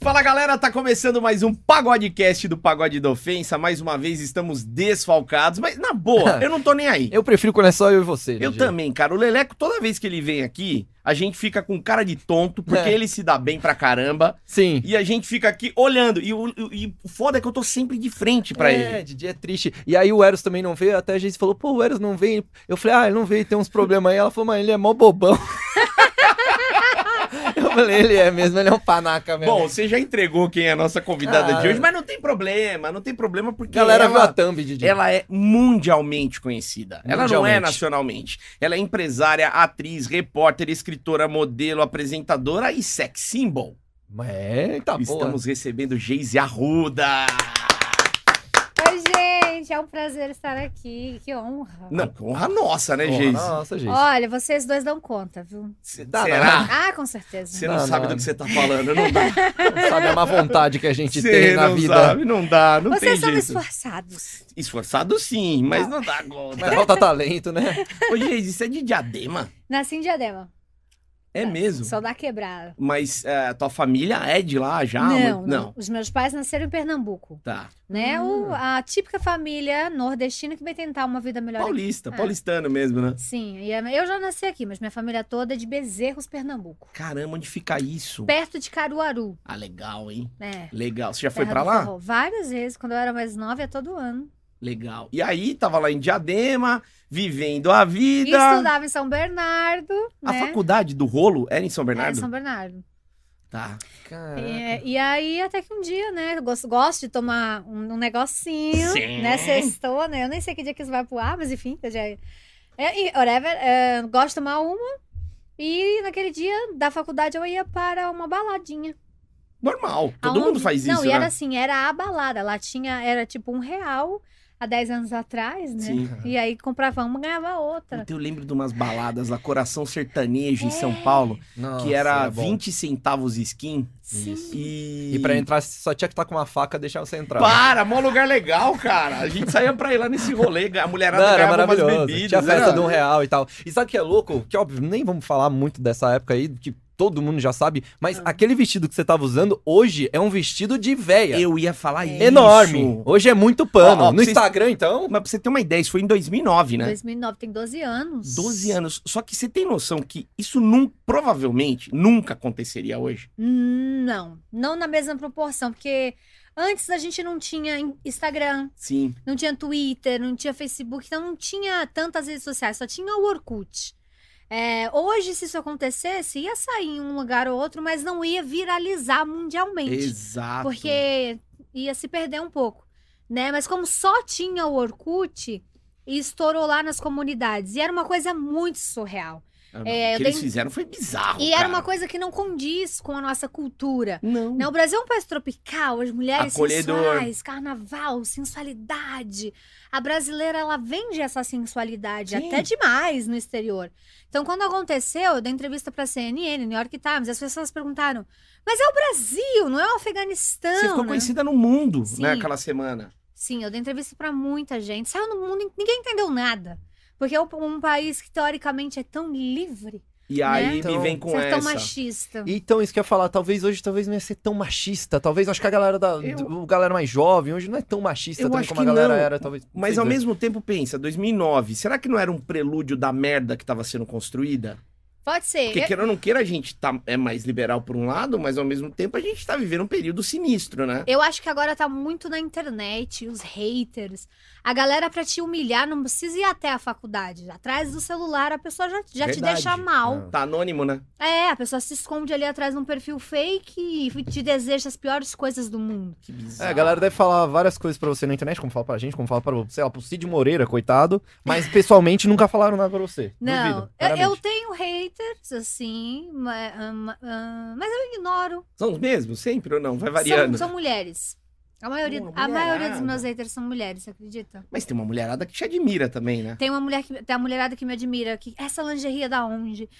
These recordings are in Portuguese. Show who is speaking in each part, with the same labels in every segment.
Speaker 1: Fala galera, tá começando mais um Pagodecast do Pagode da Ofensa. Mais uma vez estamos desfalcados, mas na boa, eu não tô nem aí.
Speaker 2: Eu prefiro quando é só eu e você.
Speaker 1: Eu também, cara. O Leleco, toda vez que ele vem aqui, a gente fica com cara de tonto, porque
Speaker 2: É.
Speaker 1: ele se dá bem pra caramba.
Speaker 2: Sim.
Speaker 1: E a gente fica aqui olhando. E o, e o foda é que eu tô sempre de frente pra ele.
Speaker 2: É, Didi é triste. E aí o Eros também não veio, até a gente falou, pô, o Eros não veio. Eu falei, ah, ele não veio, tem uns problemas aí. Ela falou, mas ele é mó bobão. eu falei, ele é mesmo, ele é um panaca mesmo.
Speaker 1: Bom, você já entregou quem é a nossa convidada
Speaker 2: Ah.
Speaker 1: de hoje, mas não tem problema, não tem problema porque
Speaker 2: galera viu a
Speaker 1: ela,
Speaker 2: thumb, Didi.
Speaker 1: ela é mundialmente conhecida. Ela não é
Speaker 2: Mundialmente.
Speaker 1: nacionalmente. Ela é empresária, atriz, repórter, escritora, modelo, apresentadora e sex symbol.
Speaker 2: Mas É, tá bom.
Speaker 1: Estamos recebendo Geise Arruda.
Speaker 3: Oi, gente, é um prazer estar aqui, que honra.
Speaker 1: Não, que honra nossa, né, Geise?
Speaker 2: Ah. Nossa, gente.
Speaker 3: Olha, vocês dois dão conta, viu?
Speaker 1: Cê-
Speaker 2: Dá
Speaker 1: Será?
Speaker 3: Ah, com certeza.
Speaker 1: Você não,
Speaker 2: Dá
Speaker 1: sabe
Speaker 2: nada.
Speaker 1: do que você tá falando, não dá.
Speaker 2: Sabe a má vontade que a gente
Speaker 1: Você
Speaker 2: tem na
Speaker 1: não
Speaker 2: vida.
Speaker 1: sabe, não dá, não tem
Speaker 3: vocês são
Speaker 1: jeito.
Speaker 3: esforçados.
Speaker 1: Esforçado sim,
Speaker 2: Ah.
Speaker 1: mas não, dá conta.
Speaker 2: Mas falta talento, né?
Speaker 1: Ô, Geise, você é de Diadema?
Speaker 3: Nasci em Diadema,
Speaker 1: É mesmo?
Speaker 3: sou da quebrada.
Speaker 1: Mas é, a tua família é de lá já?
Speaker 3: não,
Speaker 1: Muito-
Speaker 3: não, os meus pais nasceram em Pernambuco,
Speaker 1: Tá.
Speaker 3: né? O- a típica família nordestina que vai tentar uma vida melhor. aqui.
Speaker 1: Paulista,
Speaker 3: É.
Speaker 1: paulistano mesmo, né?
Speaker 3: Sim, e é- eu já nasci aqui, mas minha família toda é de Bezerros, Pernambuco.
Speaker 1: Caramba, onde fica isso?
Speaker 3: Perto de Caruaru,
Speaker 1: Ah, legal, hein?
Speaker 3: né?
Speaker 1: Legal. Você já foi
Speaker 3: Terra
Speaker 1: pra
Speaker 3: do
Speaker 1: lá?
Speaker 3: forró. Várias vezes, quando eu era mais nova, é todo ano.
Speaker 1: Legal. E aí, tava lá em Diadema, vivendo a
Speaker 3: E
Speaker 1: vida.
Speaker 3: estudava em São Bernardo,
Speaker 1: A
Speaker 3: né?
Speaker 1: faculdade do rolo era em São
Speaker 3: Era em
Speaker 1: Ah, Bernardo?
Speaker 3: São Bernardo.
Speaker 1: Tá.
Speaker 2: Caraca.
Speaker 3: É, e aí, até que um dia, né? Eu gosto, gosto de tomar um, um negocinho,
Speaker 1: Sim.
Speaker 3: né? Sextou, né? Eu nem sei que dia que isso vai pro ar, mas enfim, eu já. É, e, whatever, é, gosto de tomar uma. E naquele dia da faculdade eu ia para uma baladinha.
Speaker 1: Normal. Todo
Speaker 3: Aonde-
Speaker 1: mundo faz isso,
Speaker 3: Não,
Speaker 1: né?
Speaker 3: e era assim, era a balada. Lá tinha, era tipo um real há 10 anos atrás, né? Tá.
Speaker 1: Sim.
Speaker 3: E aí comprava uma, ganhava outra.
Speaker 1: Puta, eu lembro de umas baladas lá, Coração Sertanejo em
Speaker 3: É.
Speaker 1: São Paulo,
Speaker 2: Nossa, é
Speaker 1: que era
Speaker 2: bom.
Speaker 1: 20 centavos skin.
Speaker 3: Sim.
Speaker 2: Isso.
Speaker 1: E.
Speaker 2: E pra entrar, só tinha que estar com uma faca e deixar você entrar.
Speaker 1: Para, mó lugar legal, cara. A gente saía pra ir lá nesse rolê, a mulherada
Speaker 2: Não, era
Speaker 1: ganhava umas
Speaker 2: maravilhoso.
Speaker 1: bebidas.
Speaker 2: Tinha festa
Speaker 1: era-
Speaker 2: de um real e tal. E sabe o que é louco? Que óbvio, nem vamos falar muito dessa época aí, que todo mundo já sabe, mas aquele vestido que você tava usando hoje é um vestido de véia.
Speaker 1: Eu ia falar É.
Speaker 3: É.
Speaker 1: isso.
Speaker 2: Enorme. Hoje é muito pano.
Speaker 1: Ó, ó,
Speaker 2: no
Speaker 1: vocês-
Speaker 2: Instagram, então.
Speaker 1: Mas pra você ter uma ideia, isso foi em 2009, né?
Speaker 3: 2009, tem 12 anos.
Speaker 1: 12 anos. Só que você tem noção que isso nun- provavelmente nunca aconteceria hoje.
Speaker 3: Não, não na mesma proporção, porque antes a gente não tinha in- Instagram,
Speaker 1: Sim.
Speaker 3: não tinha Twitter, não tinha Facebook, então não tinha tantas redes sociais, só tinha o Orkut. É, hoje, se isso acontecesse, ia sair em um lugar ou outro, mas não ia viralizar mundialmente,
Speaker 1: Exato.
Speaker 3: porque ia se perder um pouco, né? Mas como só tinha o Orkut, estourou lá nas comunidades, e era uma coisa muito surreal.
Speaker 1: Ah, não, o
Speaker 3: é, eu
Speaker 1: que eles
Speaker 3: tenho-
Speaker 1: fizeram foi bizarro.
Speaker 3: E
Speaker 1: cara.
Speaker 3: era uma coisa que não condiz com a nossa cultura.
Speaker 1: Não.
Speaker 3: Né? O Brasil é um país tropical, as mulheres
Speaker 1: Acolhedor.
Speaker 3: sensuais, carnaval, sensualidade. A brasileira, ela vende essa sensualidade
Speaker 1: Sim.
Speaker 3: até demais no exterior. Então, quando aconteceu, eu dei entrevista pra CNN, New York Times, as pessoas perguntaram, mas é o Brasil, não é o Afeganistão,
Speaker 1: Você ficou
Speaker 3: né?
Speaker 1: conhecida no mundo,
Speaker 3: Sim.
Speaker 1: né? Aquela semana.
Speaker 3: Sim, eu dei entrevista pra muita gente. Saiu no mundo, ninguém entendeu nada. Porque é um país que, teoricamente, é tão livre,
Speaker 1: E aí
Speaker 2: Então-
Speaker 1: me vem com
Speaker 3: ser
Speaker 1: essa.
Speaker 3: Né? tão machista.
Speaker 2: Então, isso que eu ia falar, talvez hoje talvez não ia ser tão machista. Talvez acho que a galera da.
Speaker 1: Eu-
Speaker 2: O galera mais jovem hoje não é tão machista
Speaker 1: Eu
Speaker 2: também
Speaker 1: acho
Speaker 2: como a
Speaker 1: que
Speaker 2: galera
Speaker 1: não.
Speaker 2: era, talvez.
Speaker 1: Mas
Speaker 2: sei
Speaker 1: ao
Speaker 2: dizer.
Speaker 1: mesmo tempo, pensa, 2009, será que não era um prelúdio da merda que tava sendo construída?
Speaker 3: Pode ser.
Speaker 1: Porque,
Speaker 3: Eu-
Speaker 1: queira ou não queira, a gente tá, é mais liberal por um lado, mas ao mesmo tempo a gente tá vivendo um período sinistro, né?
Speaker 3: Eu acho que agora tá muito na internet, os haters. A galera, pra te humilhar, não precisa ir até a faculdade. Atrás do celular, a pessoa já, já te
Speaker 1: Verdade.
Speaker 3: deixa
Speaker 2: Ah.
Speaker 3: mal.
Speaker 1: Tá anônimo, né?
Speaker 3: É, a pessoa se esconde ali atrás de um perfil fake e te deseja as piores coisas do mundo.
Speaker 1: Que bizarro.
Speaker 2: É, a galera deve falar várias coisas pra você na internet, como fala pra gente, como fala pra, sei lá, pro Cid Moreira, coitado, mas pessoalmente nunca falaram nada pra você.
Speaker 3: Não,
Speaker 2: Duvido,
Speaker 3: eu, eu
Speaker 2: claramente.
Speaker 3: tenho haters, assim, ma- ah, ma- ah, mas eu ignoro.
Speaker 1: São os mesmos sempre ou não? Vai variando.
Speaker 2: né?
Speaker 3: São, são mulheres. A maioria,
Speaker 1: Uma
Speaker 3: a maioria dos
Speaker 1: mulherada.
Speaker 3: meus haters são mulheres, você acredita?
Speaker 1: Mas tem uma mulherada que te admira também, né?
Speaker 3: Tem uma mulher que tem uma mulherada que me admira, que essa lingerie é da onde?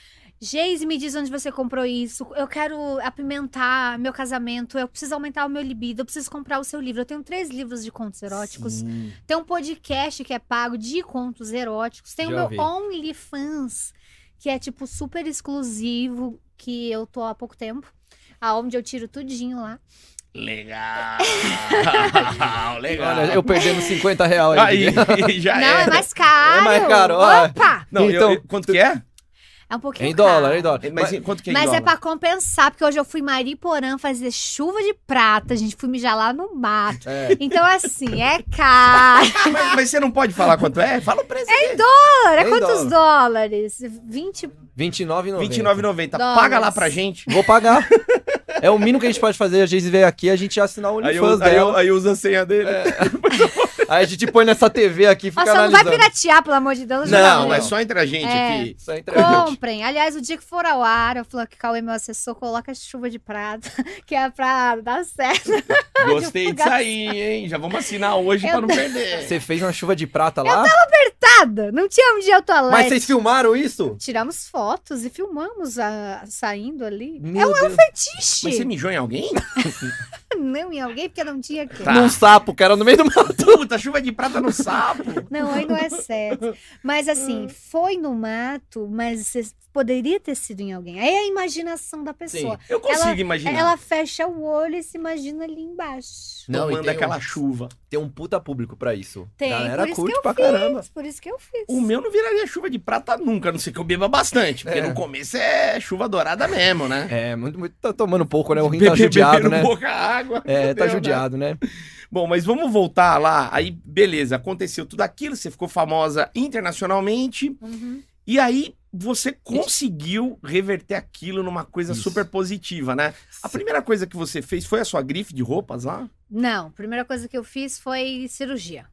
Speaker 3: Geise, me diz onde você comprou isso. Eu quero apimentar meu casamento. Eu preciso aumentar o meu libido. Eu preciso comprar o seu livro. Eu tenho três livros de contos eróticos.
Speaker 1: Sim.
Speaker 3: Tem um podcast que é pago de contos eróticos. Tem
Speaker 2: Já
Speaker 3: o meu
Speaker 2: ouvi.
Speaker 3: OnlyFans, que é tipo super exclusivo, que eu tô há pouco tempo. aonde eu tiro tudinho lá.
Speaker 1: Legal.
Speaker 2: Olha,
Speaker 1: Legal.
Speaker 2: eu perdendo 50 reais
Speaker 1: Aí,
Speaker 2: aí.
Speaker 1: já
Speaker 3: Não,
Speaker 1: é.
Speaker 3: é mais caro.
Speaker 2: Ah, É mais caro, ó.
Speaker 3: Opa!
Speaker 1: Não, eu-
Speaker 2: Então,
Speaker 1: eu- quanto que é?
Speaker 3: É um pouquinho
Speaker 2: Em dólar,
Speaker 3: caro.
Speaker 2: em dólar.
Speaker 1: Mas, em- quanto que é em
Speaker 3: Mas é
Speaker 1: dólar?
Speaker 3: pra compensar, porque hoje eu fui em Mariporã fazer chuva de prata, gente. Fui mijar lá no mato.
Speaker 2: É.
Speaker 3: Então, assim, é caro.
Speaker 1: Mas, mas você não pode falar quanto é? Fala o preço. É em
Speaker 3: É
Speaker 2: Em
Speaker 3: quantos dólares? 20
Speaker 2: 29,90.
Speaker 1: 29,90.
Speaker 3: Dólares.
Speaker 1: Paga lá pra gente.
Speaker 2: Vou pagar. É o mínimo que a gente pode fazer. A gente veio aqui, a gente assinar o
Speaker 1: Aí, eu,
Speaker 2: OnlyFans
Speaker 1: aí, eu, É.
Speaker 2: dela.
Speaker 1: aí usa a senha dele.
Speaker 2: Aí a gente põe nessa TV aqui e fica
Speaker 3: Nossa, não vai
Speaker 2: analisando.
Speaker 3: piratear, pelo amor de Deus.
Speaker 2: Não,
Speaker 3: já
Speaker 1: Não,
Speaker 3: falei.
Speaker 1: é só entre a gente
Speaker 3: É.
Speaker 1: aqui.
Speaker 2: Só entre a gente.
Speaker 3: Comprem. Aliás, o dia que for ao ar, eu falo que Cauê, meu assessor, coloca chuva de prata, que é pra dar certo.
Speaker 1: Gostei disso aí, hein? Já vamos assinar hoje pra não perder.
Speaker 2: Você fez uma chuva de prata lá?
Speaker 3: Nada. Não tinha onde eu tô
Speaker 2: Mas vocês filmaram isso?
Speaker 3: Tiramos fotos e filmamos a- saindo ali.
Speaker 2: Meu Deus.
Speaker 3: Tixe!
Speaker 1: Mas você mijou em alguém?
Speaker 3: Não em alguém, porque não tinha quem.
Speaker 1: Tá.
Speaker 2: Num sapo, cara, no meio do mato.
Speaker 1: Puta, chuva de prata no sapo.
Speaker 3: Não, aí não é certo. Mas assim, foi no mato, mas você poderia ter sido em alguém. Aí é a imaginação da pessoa.
Speaker 1: Eu consigo
Speaker 3: Ela-
Speaker 1: imaginar.
Speaker 3: Ela fecha o olho e se imagina ali embaixo.
Speaker 2: Não, e
Speaker 1: Tomando
Speaker 2: tem
Speaker 1: aquela
Speaker 2: um-
Speaker 1: chuva.
Speaker 2: Tem um puta público pra isso.
Speaker 3: Tem,
Speaker 2: Galera
Speaker 3: por isso
Speaker 2: curte
Speaker 3: que eu
Speaker 2: pra
Speaker 3: fiz.
Speaker 2: caramba.
Speaker 3: Por isso que eu fiz.
Speaker 1: O meu não viraria chuva de prata nunca, a não ser que eu beba bastante. Porque
Speaker 2: É.
Speaker 1: no começo é chuva dourada mesmo, né?
Speaker 2: É, muito, muito. Tá tomando pouco, né? O rim tá judiado, né?
Speaker 1: pouca água.
Speaker 2: É,
Speaker 1: meu
Speaker 2: tá
Speaker 1: Deus, né?
Speaker 2: judiado, né?
Speaker 1: Bom, mas vamos voltar lá. Aí, beleza, aconteceu tudo aquilo, você ficou famosa internacionalmente.
Speaker 3: Uhum.
Speaker 1: E aí, você conseguiu reverter aquilo numa coisa
Speaker 2: Isso.
Speaker 1: super positiva, né? A primeira coisa que você fez foi a sua grife de roupas lá?
Speaker 3: Não, a primeira coisa que eu fiz foi cirurgia.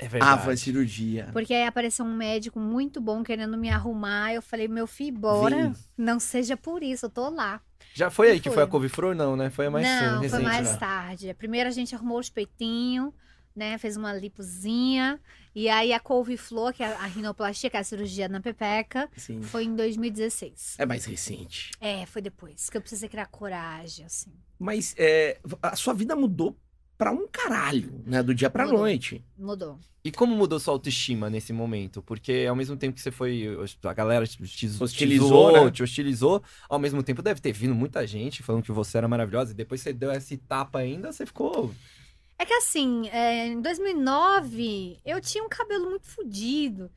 Speaker 2: É verdade.
Speaker 1: Ah, foi cirurgia.
Speaker 3: Porque aí apareceu um médico muito bom querendo me arrumar. Eu falei, meu filho, bora.
Speaker 1: Vem.
Speaker 3: Não seja por isso, eu tô lá.
Speaker 2: Já foi aí
Speaker 3: Não
Speaker 2: que
Speaker 3: foi.
Speaker 2: foi a couve-flor? Não, né? Foi a mais
Speaker 3: não,
Speaker 2: recente,
Speaker 3: foi mais
Speaker 2: né?
Speaker 3: tarde. Primeiro a gente arrumou os peitinhos, né? Fez uma lipozinha. E aí a couve-flor, que é a rinoplastia, que é a cirurgia na pepeca,
Speaker 1: Sim.
Speaker 3: foi em 2016.
Speaker 1: É mais recente.
Speaker 3: É, foi depois. Que eu precisei criar coragem, assim.
Speaker 1: Mas é, a sua vida mudou pra um caralho, né? Do dia pra
Speaker 3: Mudou.
Speaker 1: noite.
Speaker 3: Mudou.
Speaker 2: E como mudou sua autoestima nesse momento? Porque ao mesmo tempo que você foi. A galera te, te
Speaker 1: Hostilizou,
Speaker 2: zoou,
Speaker 1: né?
Speaker 2: te hostilizou, ao mesmo tempo deve ter vindo muita gente falando que você era maravilhosa. E depois você deu essa etapa ainda, você ficou.
Speaker 3: É que assim, é, em 2009, eu tinha um cabelo muito fudido.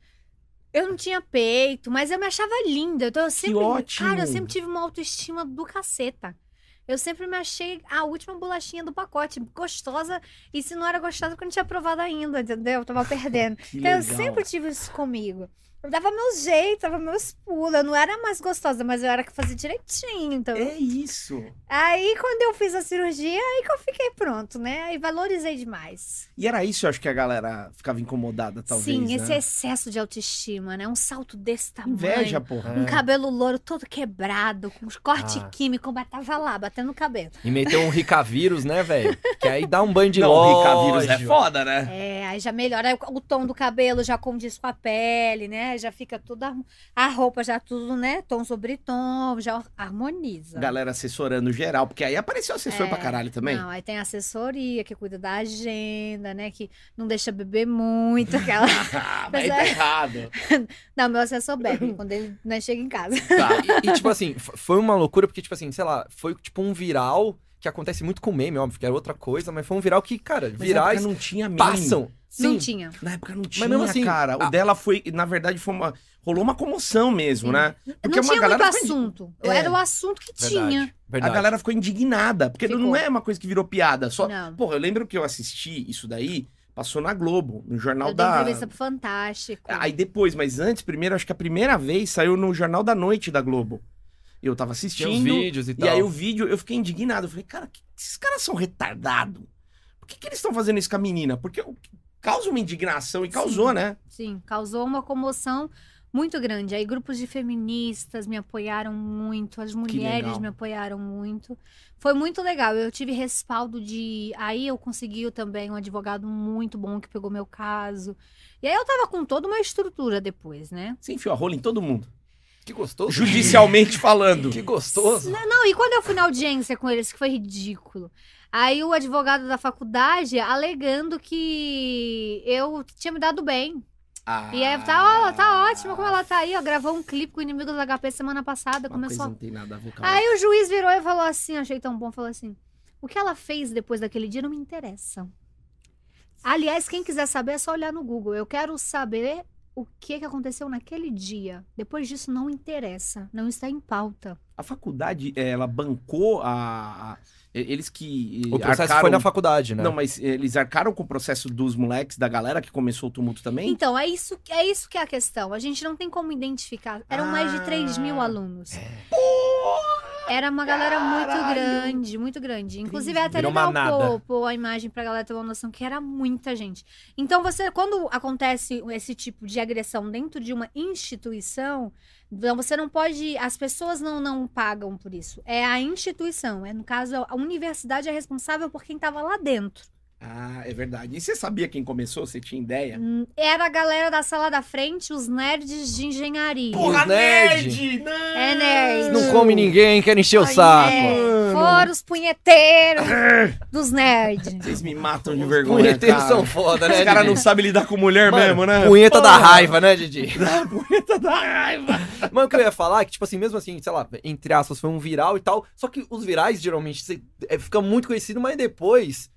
Speaker 3: Eu não tinha peito, mas eu me achava linda. Então eu sempre.
Speaker 1: ótimo!
Speaker 3: Cara, eu sempre tive uma autoestima do caceta. Eu sempre me achei a última bolachinha do pacote, gostosa. E se não era gostosa, porque eu não tinha provado ainda, entendeu? Eu tava perdendo.
Speaker 1: Que
Speaker 3: então eu
Speaker 1: legal.
Speaker 3: sempre tive isso comigo. Eu dava meu jeito, dava meus pulos. Eu não era mais gostosa, mas eu era que fazia direitinho. Então
Speaker 1: É isso.
Speaker 3: Aí, quando eu fiz a cirurgia, aí que eu fiquei pronto, né? Aí valorizei demais.
Speaker 1: E era isso, eu acho que a galera ficava incomodada, talvez.
Speaker 3: Sim,
Speaker 1: né?
Speaker 3: esse excesso de autoestima, né? Um salto desse tamanho.
Speaker 1: Inveja, né? porra.
Speaker 3: Um cabelo louro todo quebrado, com os corte
Speaker 2: Ah.
Speaker 3: químico, mas tava lá, batendo o cabelo.
Speaker 2: E meteu um ricavírus, né, velho? Que aí dá um banho de
Speaker 1: Não,
Speaker 2: loja.
Speaker 1: Rica vírus é foda, né?
Speaker 3: É, aí já melhora o tom do cabelo, já condiz com a pele, né? Já fica tudo. harmo- A roupa já tudo, né? Tom sobre tom, já harmoniza.
Speaker 1: Galera assessorando geral, porque aí apareceu assessor
Speaker 3: É,
Speaker 1: pra caralho também.
Speaker 3: Não, aí tem a assessoria que cuida da agenda, né? Que não deixa beber muito, aquela.
Speaker 1: Ah, mas
Speaker 3: Mas
Speaker 1: tá
Speaker 3: é-
Speaker 1: errado.
Speaker 3: Não, meu assessor bebe quando ele né, chega em casa.
Speaker 1: Tá.
Speaker 2: E, tipo assim, f- foi uma loucura, porque, tipo assim, sei lá, foi tipo um viral que acontece muito com meme, óbvio, que era outra coisa, mas foi um viral que, cara,
Speaker 1: Virais
Speaker 2: virais
Speaker 1: não tinha é meme.
Speaker 2: passam.
Speaker 3: Não
Speaker 2: Sim.
Speaker 3: tinha.
Speaker 1: Na época não tinha,
Speaker 2: Mas mesmo assim,
Speaker 1: cara. O
Speaker 2: a-
Speaker 1: dela foi, na verdade, foi uma... Rolou uma comoção mesmo,
Speaker 3: Sim.
Speaker 1: né? Porque
Speaker 3: não
Speaker 1: uma
Speaker 3: tinha muito
Speaker 1: galera foi-
Speaker 3: assunto.
Speaker 2: É.
Speaker 3: Era o assunto que tinha.
Speaker 2: Verdade,
Speaker 1: A
Speaker 2: verdade.
Speaker 1: galera ficou indignada, porque não
Speaker 3: Ficou.
Speaker 1: é uma coisa que virou piada. Só...
Speaker 3: Não.
Speaker 1: Porra, eu lembro que eu assisti isso daí, passou na Globo, no Jornal
Speaker 3: Eu dei
Speaker 1: da...
Speaker 3: entrevista pro Fantástico.
Speaker 1: Aí depois, mas antes, primeiro, acho que a primeira vez saiu no Jornal da Noite da Globo. Eu tava
Speaker 2: Tinha
Speaker 1: assistindo.
Speaker 2: os vídeos e
Speaker 1: E
Speaker 2: tal.
Speaker 1: aí o vídeo, eu fiquei indignado. Eu falei, cara, que, esses caras são retardados. Por que, que eles estão fazendo isso com a menina? Porque o- causa uma indignação e causou,
Speaker 3: Sim.
Speaker 1: né?
Speaker 3: Sim, causou uma comoção muito grande. Aí grupos de feministas me apoiaram muito, as mulheres
Speaker 1: legal.
Speaker 3: me apoiaram muito. Foi muito legal. Eu tive respaldo de. Aí eu consegui também um advogado muito bom que pegou meu caso. E aí eu tava com toda uma estrutura depois, né?
Speaker 1: Você enfiou a rola em todo mundo.
Speaker 2: Que gostoso.
Speaker 1: Judicialmente falando.
Speaker 2: Que gostoso.
Speaker 3: Não, não, e quando eu fui na audiência com eles, que foi ridículo. Aí o advogado da faculdade alegando que eu tinha me dado bem.
Speaker 1: Ah,
Speaker 3: E aí tá, ó, tá ótimo como ela tá aí, ó. Gravou um clipe com o inimigo do HP semana passada,
Speaker 1: Uma coisa
Speaker 3: começou.
Speaker 1: não tem nada a ver com a
Speaker 3: Aí o juiz virou e falou assim, achei tão bom, falou assim: o que ela fez depois daquele dia não me interessa. Aliás, quem quiser saber é só olhar no Google. Eu quero saber o que, que aconteceu naquele dia. Depois disso não interessa, não está em pauta.
Speaker 1: A faculdade, eh, ela bancou a. a- eles que. eh,
Speaker 2: O processo foi na faculdade, né?
Speaker 1: Não, mas eles arcaram com o processo dos moleques, da galera que começou o tumulto também?
Speaker 3: Então, é isso, é isso que é a questão. A gente não tem como identificar. Eram mais de 3 mil
Speaker 1: Ah.
Speaker 3: alunos. Era uma galera muito grande, muito grande. Inclusive, é até
Speaker 2: Virou
Speaker 3: legal
Speaker 2: manada.
Speaker 3: pôr, pôr a imagem pra galera ter uma noção que era muita gente. Então, você, quando acontece esse tipo de agressão dentro de uma instituição, então você não pode. As pessoas não, não pagam por isso. É a instituição. É, no caso, a universidade é responsável por quem tava lá dentro.
Speaker 1: Ah, é verdade. E você sabia quem começou? Você tinha ideia?
Speaker 3: Hum, Era a galera da sala da frente, os nerds de engenharia.
Speaker 2: Os nerd!
Speaker 1: Não!
Speaker 3: É nerd.
Speaker 2: Não come ninguém, quer encher o
Speaker 3: Ai,
Speaker 2: saco.
Speaker 3: é. Fora os punheteiros dos nerds.
Speaker 1: Vocês me matam de
Speaker 2: Os
Speaker 1: vergonha.
Speaker 2: punheteiros
Speaker 1: cara.
Speaker 2: são foda, né?
Speaker 1: Os caras não
Speaker 2: Didi?
Speaker 1: sabem lidar com mulher
Speaker 2: Mano,
Speaker 1: mesmo, né?
Speaker 2: Punheta da
Speaker 1: Porra.
Speaker 2: raiva, né, Didi?
Speaker 1: Da punheta da raiva.
Speaker 2: Mas o que eu ia falar é que, tipo assim, mesmo assim, sei lá, entre aspas, foi um viral e tal. Só que os virais, geralmente, você, é, fica muito conhecido, mas depois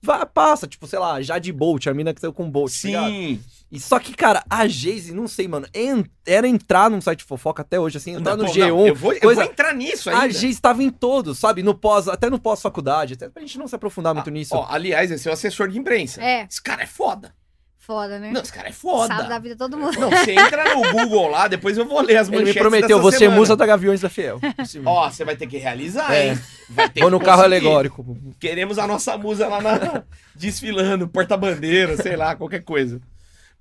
Speaker 2: vai, passa. Tipo, sei lá, Jade Bolt, a mina que saiu com o Bolt, tá ligado?
Speaker 1: Sim.
Speaker 2: E só que, cara, a Jayce, não sei, mano, en- era entrar num site de fofoca até hoje, assim, entrar no
Speaker 1: Não,
Speaker 2: G1.
Speaker 1: Então, não, eu, vou, eu
Speaker 2: coisa-
Speaker 1: vou entrar nisso
Speaker 2: A
Speaker 1: ainda.
Speaker 2: G estava em todos, sabe? No pós, até no pós-faculdade, até pra gente não se aprofundar muito
Speaker 1: Ah,
Speaker 2: nisso.
Speaker 1: Ó, aliás, esse é o assessor de imprensa.
Speaker 3: É,
Speaker 1: Esse cara é foda.
Speaker 3: foda, né?
Speaker 1: Não, esse cara é
Speaker 3: Sabe da
Speaker 1: foda.
Speaker 3: vida de todo mundo.
Speaker 1: Não, você entra no Google lá, depois eu vou ler as
Speaker 2: Ele
Speaker 1: manchetes
Speaker 2: me prometeu,
Speaker 1: dessa
Speaker 2: você é
Speaker 1: semana.
Speaker 2: musa da Gaviões da Fiel.
Speaker 1: Ó, você vai ter que realizar,
Speaker 2: É.
Speaker 1: hein? Vai ter
Speaker 2: Ou
Speaker 1: que
Speaker 2: no carro
Speaker 1: conseguir.
Speaker 2: alegórico.
Speaker 1: Queremos a nossa musa lá na... desfilando, porta-bandeira, sei lá, qualquer coisa.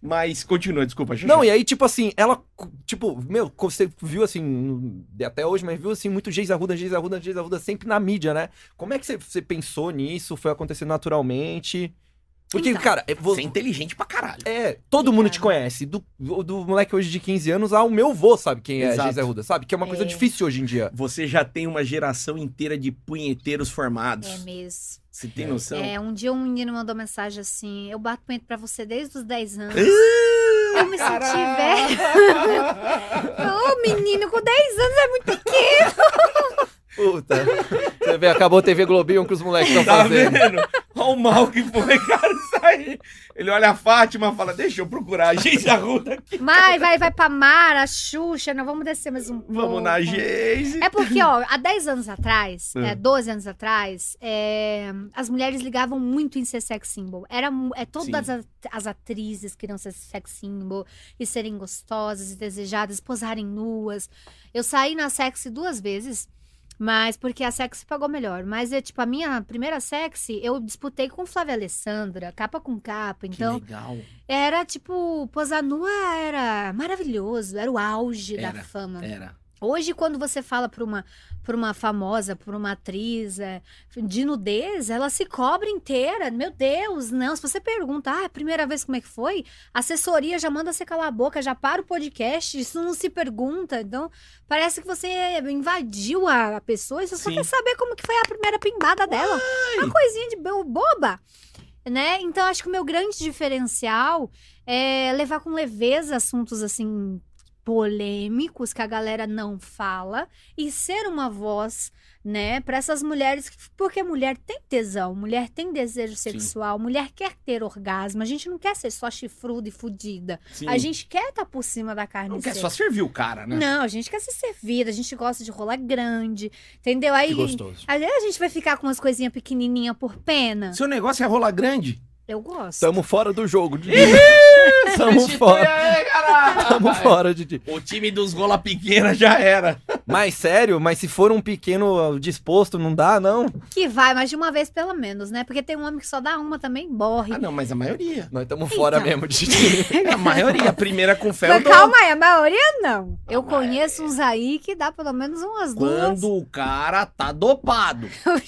Speaker 1: Mas continua, desculpa, Xuxa.
Speaker 2: Não, e aí, tipo assim, ela, tipo, meu, você viu assim, no- até hoje, mas viu assim, muito Geis Arruda, Geis Arruda, Geis Arruda, sempre na mídia, né? Como é que você, você pensou nisso? Foi acontecendo naturalmente? Porque,
Speaker 3: Então,
Speaker 2: cara, é, vo-
Speaker 1: Você é inteligente pra caralho.
Speaker 2: é, todo mundo te
Speaker 3: Obrigada.
Speaker 2: conhece, do, do moleque hoje de 15 anos ao meu vô, sabe quem é
Speaker 1: Exato.
Speaker 2: Geis Arruda, sabe? Que é uma coisa
Speaker 3: É.
Speaker 2: difícil hoje em dia.
Speaker 1: Você já tem uma geração inteira de punheteiros formados.
Speaker 3: É mesmo.
Speaker 1: Você tem noção?
Speaker 3: É, um dia um menino mandou mensagem assim: Eu bato punheta pra você desde os 10 anos.
Speaker 1: Ah,
Speaker 3: Eu me senti Ô, menino, com 10 anos.
Speaker 2: Puta. Você vê, acabou a TV Globinho que os moleques estão
Speaker 1: Tá
Speaker 2: fazendo.
Speaker 1: vendo? Olha o mal que foi, cara, isso aí. Ele olha a Fátima e fala, deixa eu procurar a Geise Arruda aqui.
Speaker 3: Vai, vai, vai pra Mara, Xuxa. Não, vamos descer mais um pouco.
Speaker 1: Vamos na Geise.
Speaker 3: É porque, ó, há 10 anos atrás,
Speaker 1: Hum.
Speaker 3: é, 12 anos atrás, é, as mulheres ligavam muito em ser sex symbol. Era, mu- é, todas
Speaker 1: Sim.
Speaker 3: as, as atrizes queriam ser sex symbol e serem gostosas e desejadas, posarem nuas. Eu saí na sexy duas vezes. Mas porque a sexy pagou melhor. Mas é tipo, a minha primeira sexy eu disputei com Flávia Alessandra, capa com capa. Então,
Speaker 1: Que legal.
Speaker 3: era tipo, posar nua era maravilhoso, era o auge da
Speaker 1: Era,
Speaker 3: fama. né?
Speaker 1: Era.
Speaker 3: Hoje, quando você fala para uma, pra uma famosa, para uma atriz é, de nudez, ela se cobre inteira. Meu Deus, não. Se você pergunta, ah, primeira vez como é que foi? A assessoria já manda você calar a boca, já para o podcast, isso não se pergunta. Então, parece que você invadiu a a pessoa e você só
Speaker 1: Sim.
Speaker 3: quer saber como que foi a primeira pimbada dela. Uma coisinha de bo- boba. Né? Então, acho que o meu grande diferencial é levar com leveza assuntos assim polêmicos que a galera não fala e ser uma voz, né, para essas mulheres, que- porque mulher tem tesão, mulher tem desejo sexual, mulher quer ter orgasmo, a gente não quer ser só chifruda e fudida.
Speaker 1: Sim.
Speaker 3: A gente quer estar por cima da carne
Speaker 1: Não quer
Speaker 3: seca.
Speaker 1: só servir o cara, né?
Speaker 3: Não, a gente quer ser servida, a gente gosta de rolar grande, entendeu? Aí aí a gente vai ficar com umas coisinhas pequenininha por pena.
Speaker 1: Seu negócio é rola grande.
Speaker 3: Eu gosto.
Speaker 2: Tamo fora do jogo, Didi. Tamo fora. Tamo fora, Didi.
Speaker 1: O time dos rola pequena já era.
Speaker 2: Mas sério, mas se for um pequeno disposto, não dá, não?
Speaker 3: Que vai mais de uma vez pelo menos, né? Porque tem um homem que só dá uma também, morre.
Speaker 1: Ah, não, mas a maioria.
Speaker 2: Nós tamo fora
Speaker 3: Então.
Speaker 2: mesmo, Didi.
Speaker 1: A maioria. A primeira com fé é eu
Speaker 3: Mas
Speaker 1: dou.
Speaker 3: calma aí, a maioria não. Eu
Speaker 1: mas-
Speaker 3: conheço uns aí que dá pelo menos umas
Speaker 1: Quando o cara tá dopado.
Speaker 3: duas.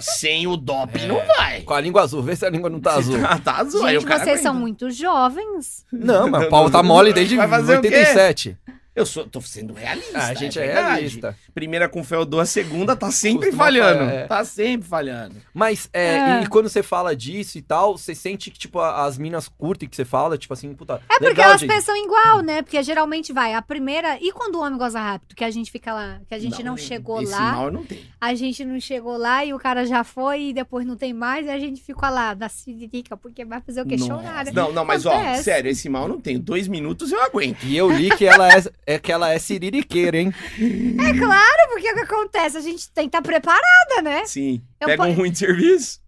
Speaker 1: Sem o
Speaker 2: É.
Speaker 1: doping não vai.
Speaker 2: Com a língua azul, vê se a língua não tá azul.
Speaker 1: Ah, tá azul. aí
Speaker 3: Gente,
Speaker 1: o cara
Speaker 3: vocês são
Speaker 1: aguenta.
Speaker 3: muito jovens.
Speaker 2: Não, mas o pau tá mole desde
Speaker 1: Vai fazer o quê?
Speaker 2: 87.
Speaker 1: Eu sou, tô sendo realista.
Speaker 2: Ah, a gente é,
Speaker 1: verdade.
Speaker 2: realista.
Speaker 1: Primeira com fé eu dou a segunda, tá sempre
Speaker 2: Costuma
Speaker 1: falhando.
Speaker 2: falhar, é.
Speaker 1: Tá sempre falhando.
Speaker 2: Mas, é,
Speaker 3: É.
Speaker 2: E, e quando você fala disso e tal, você sente que, tipo, a- as minas curtem que você fala, tipo assim, puta.
Speaker 3: É porque
Speaker 2: legal,
Speaker 3: elas
Speaker 2: gente.
Speaker 3: pensam igual, né? Porque geralmente vai, a primeira. E quando o homem goza rápido? Que a gente fica lá, que a gente não, chegou
Speaker 1: esse
Speaker 3: lá,
Speaker 1: mal eu não tenho.
Speaker 3: a gente não chegou lá e o cara já foi e depois não tem mais, e a gente fica lá na siririca, porque vai fazer o quê? Chorar, né?
Speaker 1: Não, não, mas ó,
Speaker 3: Acontece.
Speaker 1: sério, esse mal eu não tenho. Dois minutos eu aguento.
Speaker 2: E eu li que ela é, é que ela é siririqueira, hein?
Speaker 3: É claro, porque o que acontece? A gente tem que estar preparada, né?
Speaker 1: Sim.
Speaker 3: Eu
Speaker 1: Pega um
Speaker 3: po-
Speaker 1: ruim de serviço.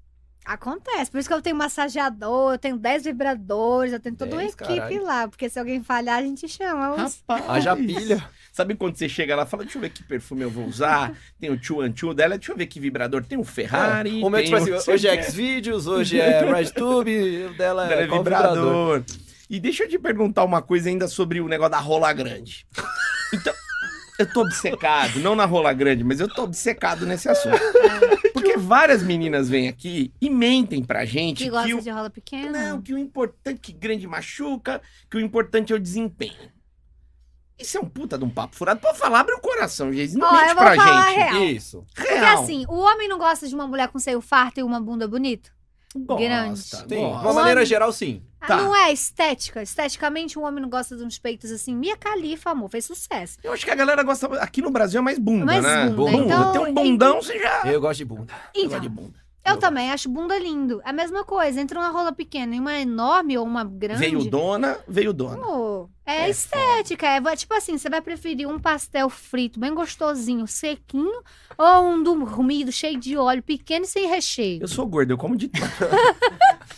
Speaker 3: Acontece. Por isso que eu tenho massageador, eu tenho 10 vibradores, eu tenho toda uma
Speaker 2: Dez,
Speaker 3: equipe
Speaker 2: caralho.
Speaker 3: lá. Porque se alguém falhar, a gente chama. uns-
Speaker 2: Haja pilha.
Speaker 1: Sabe quando você chega lá e fala, deixa eu ver que perfume eu vou usar? Tem o Chuan Chu dela, deixa eu ver que vibrador. Tem o Ferrari.
Speaker 2: o meu,
Speaker 1: tem um
Speaker 2: tipo assim, hoje é
Speaker 1: O
Speaker 2: Xvideos, hoje é RedTube, o dela
Speaker 1: dela
Speaker 2: é,
Speaker 1: é
Speaker 2: qual
Speaker 1: vibrador. E deixa eu te perguntar uma coisa ainda sobre o negócio da rola grande. Então, eu tô obcecado, não na rola grande, mas eu tô obcecado nesse assunto. Porque várias meninas vêm aqui e mentem pra gente
Speaker 3: Que
Speaker 1: que,
Speaker 3: gosta
Speaker 1: o...
Speaker 3: de rola pequena.
Speaker 1: Não, que o importante, que grande machuca, que o importante é o desempenho. Isso é um puta de um papo furado. Pode falar, abre o coração, Geis. Não
Speaker 3: Ó,
Speaker 1: mente
Speaker 3: eu vou
Speaker 1: pra
Speaker 3: falar
Speaker 1: gente.
Speaker 3: real.
Speaker 2: Isso.
Speaker 3: Porque assim, o homem não gosta de uma mulher com seio farto e uma bunda bonita? grande.
Speaker 1: Gosta,
Speaker 2: Sim. De
Speaker 1: gosta.
Speaker 2: uma maneira geral, sim.
Speaker 3: Ah,
Speaker 1: Tá.
Speaker 3: Não é estética? Esteticamente, o homem não gosta de uns peitos assim. Mia Khalifa, amor, fez sucesso.
Speaker 1: Eu acho que a galera gosta. Aqui no Brasil é mais bunda,
Speaker 3: Mais
Speaker 1: né?
Speaker 3: bunda,
Speaker 2: então,
Speaker 1: Tem um bundão, você já.
Speaker 2: Eu gosto de bunda.
Speaker 1: Eu
Speaker 3: Então,
Speaker 1: gosto é de bunda.
Speaker 3: eu também acho bunda lindo. É A mesma coisa, entre uma rola pequena e uma enorme ou uma grande...
Speaker 1: Veio dona, veio dona.
Speaker 3: amor, é,
Speaker 1: É
Speaker 3: estética. É, va- tipo assim, você vai preferir um pastel frito, bem gostosinho, sequinho, ou um dormido, cheio de óleo, pequeno e sem recheio?
Speaker 1: Eu sou gordo, eu como de tudo.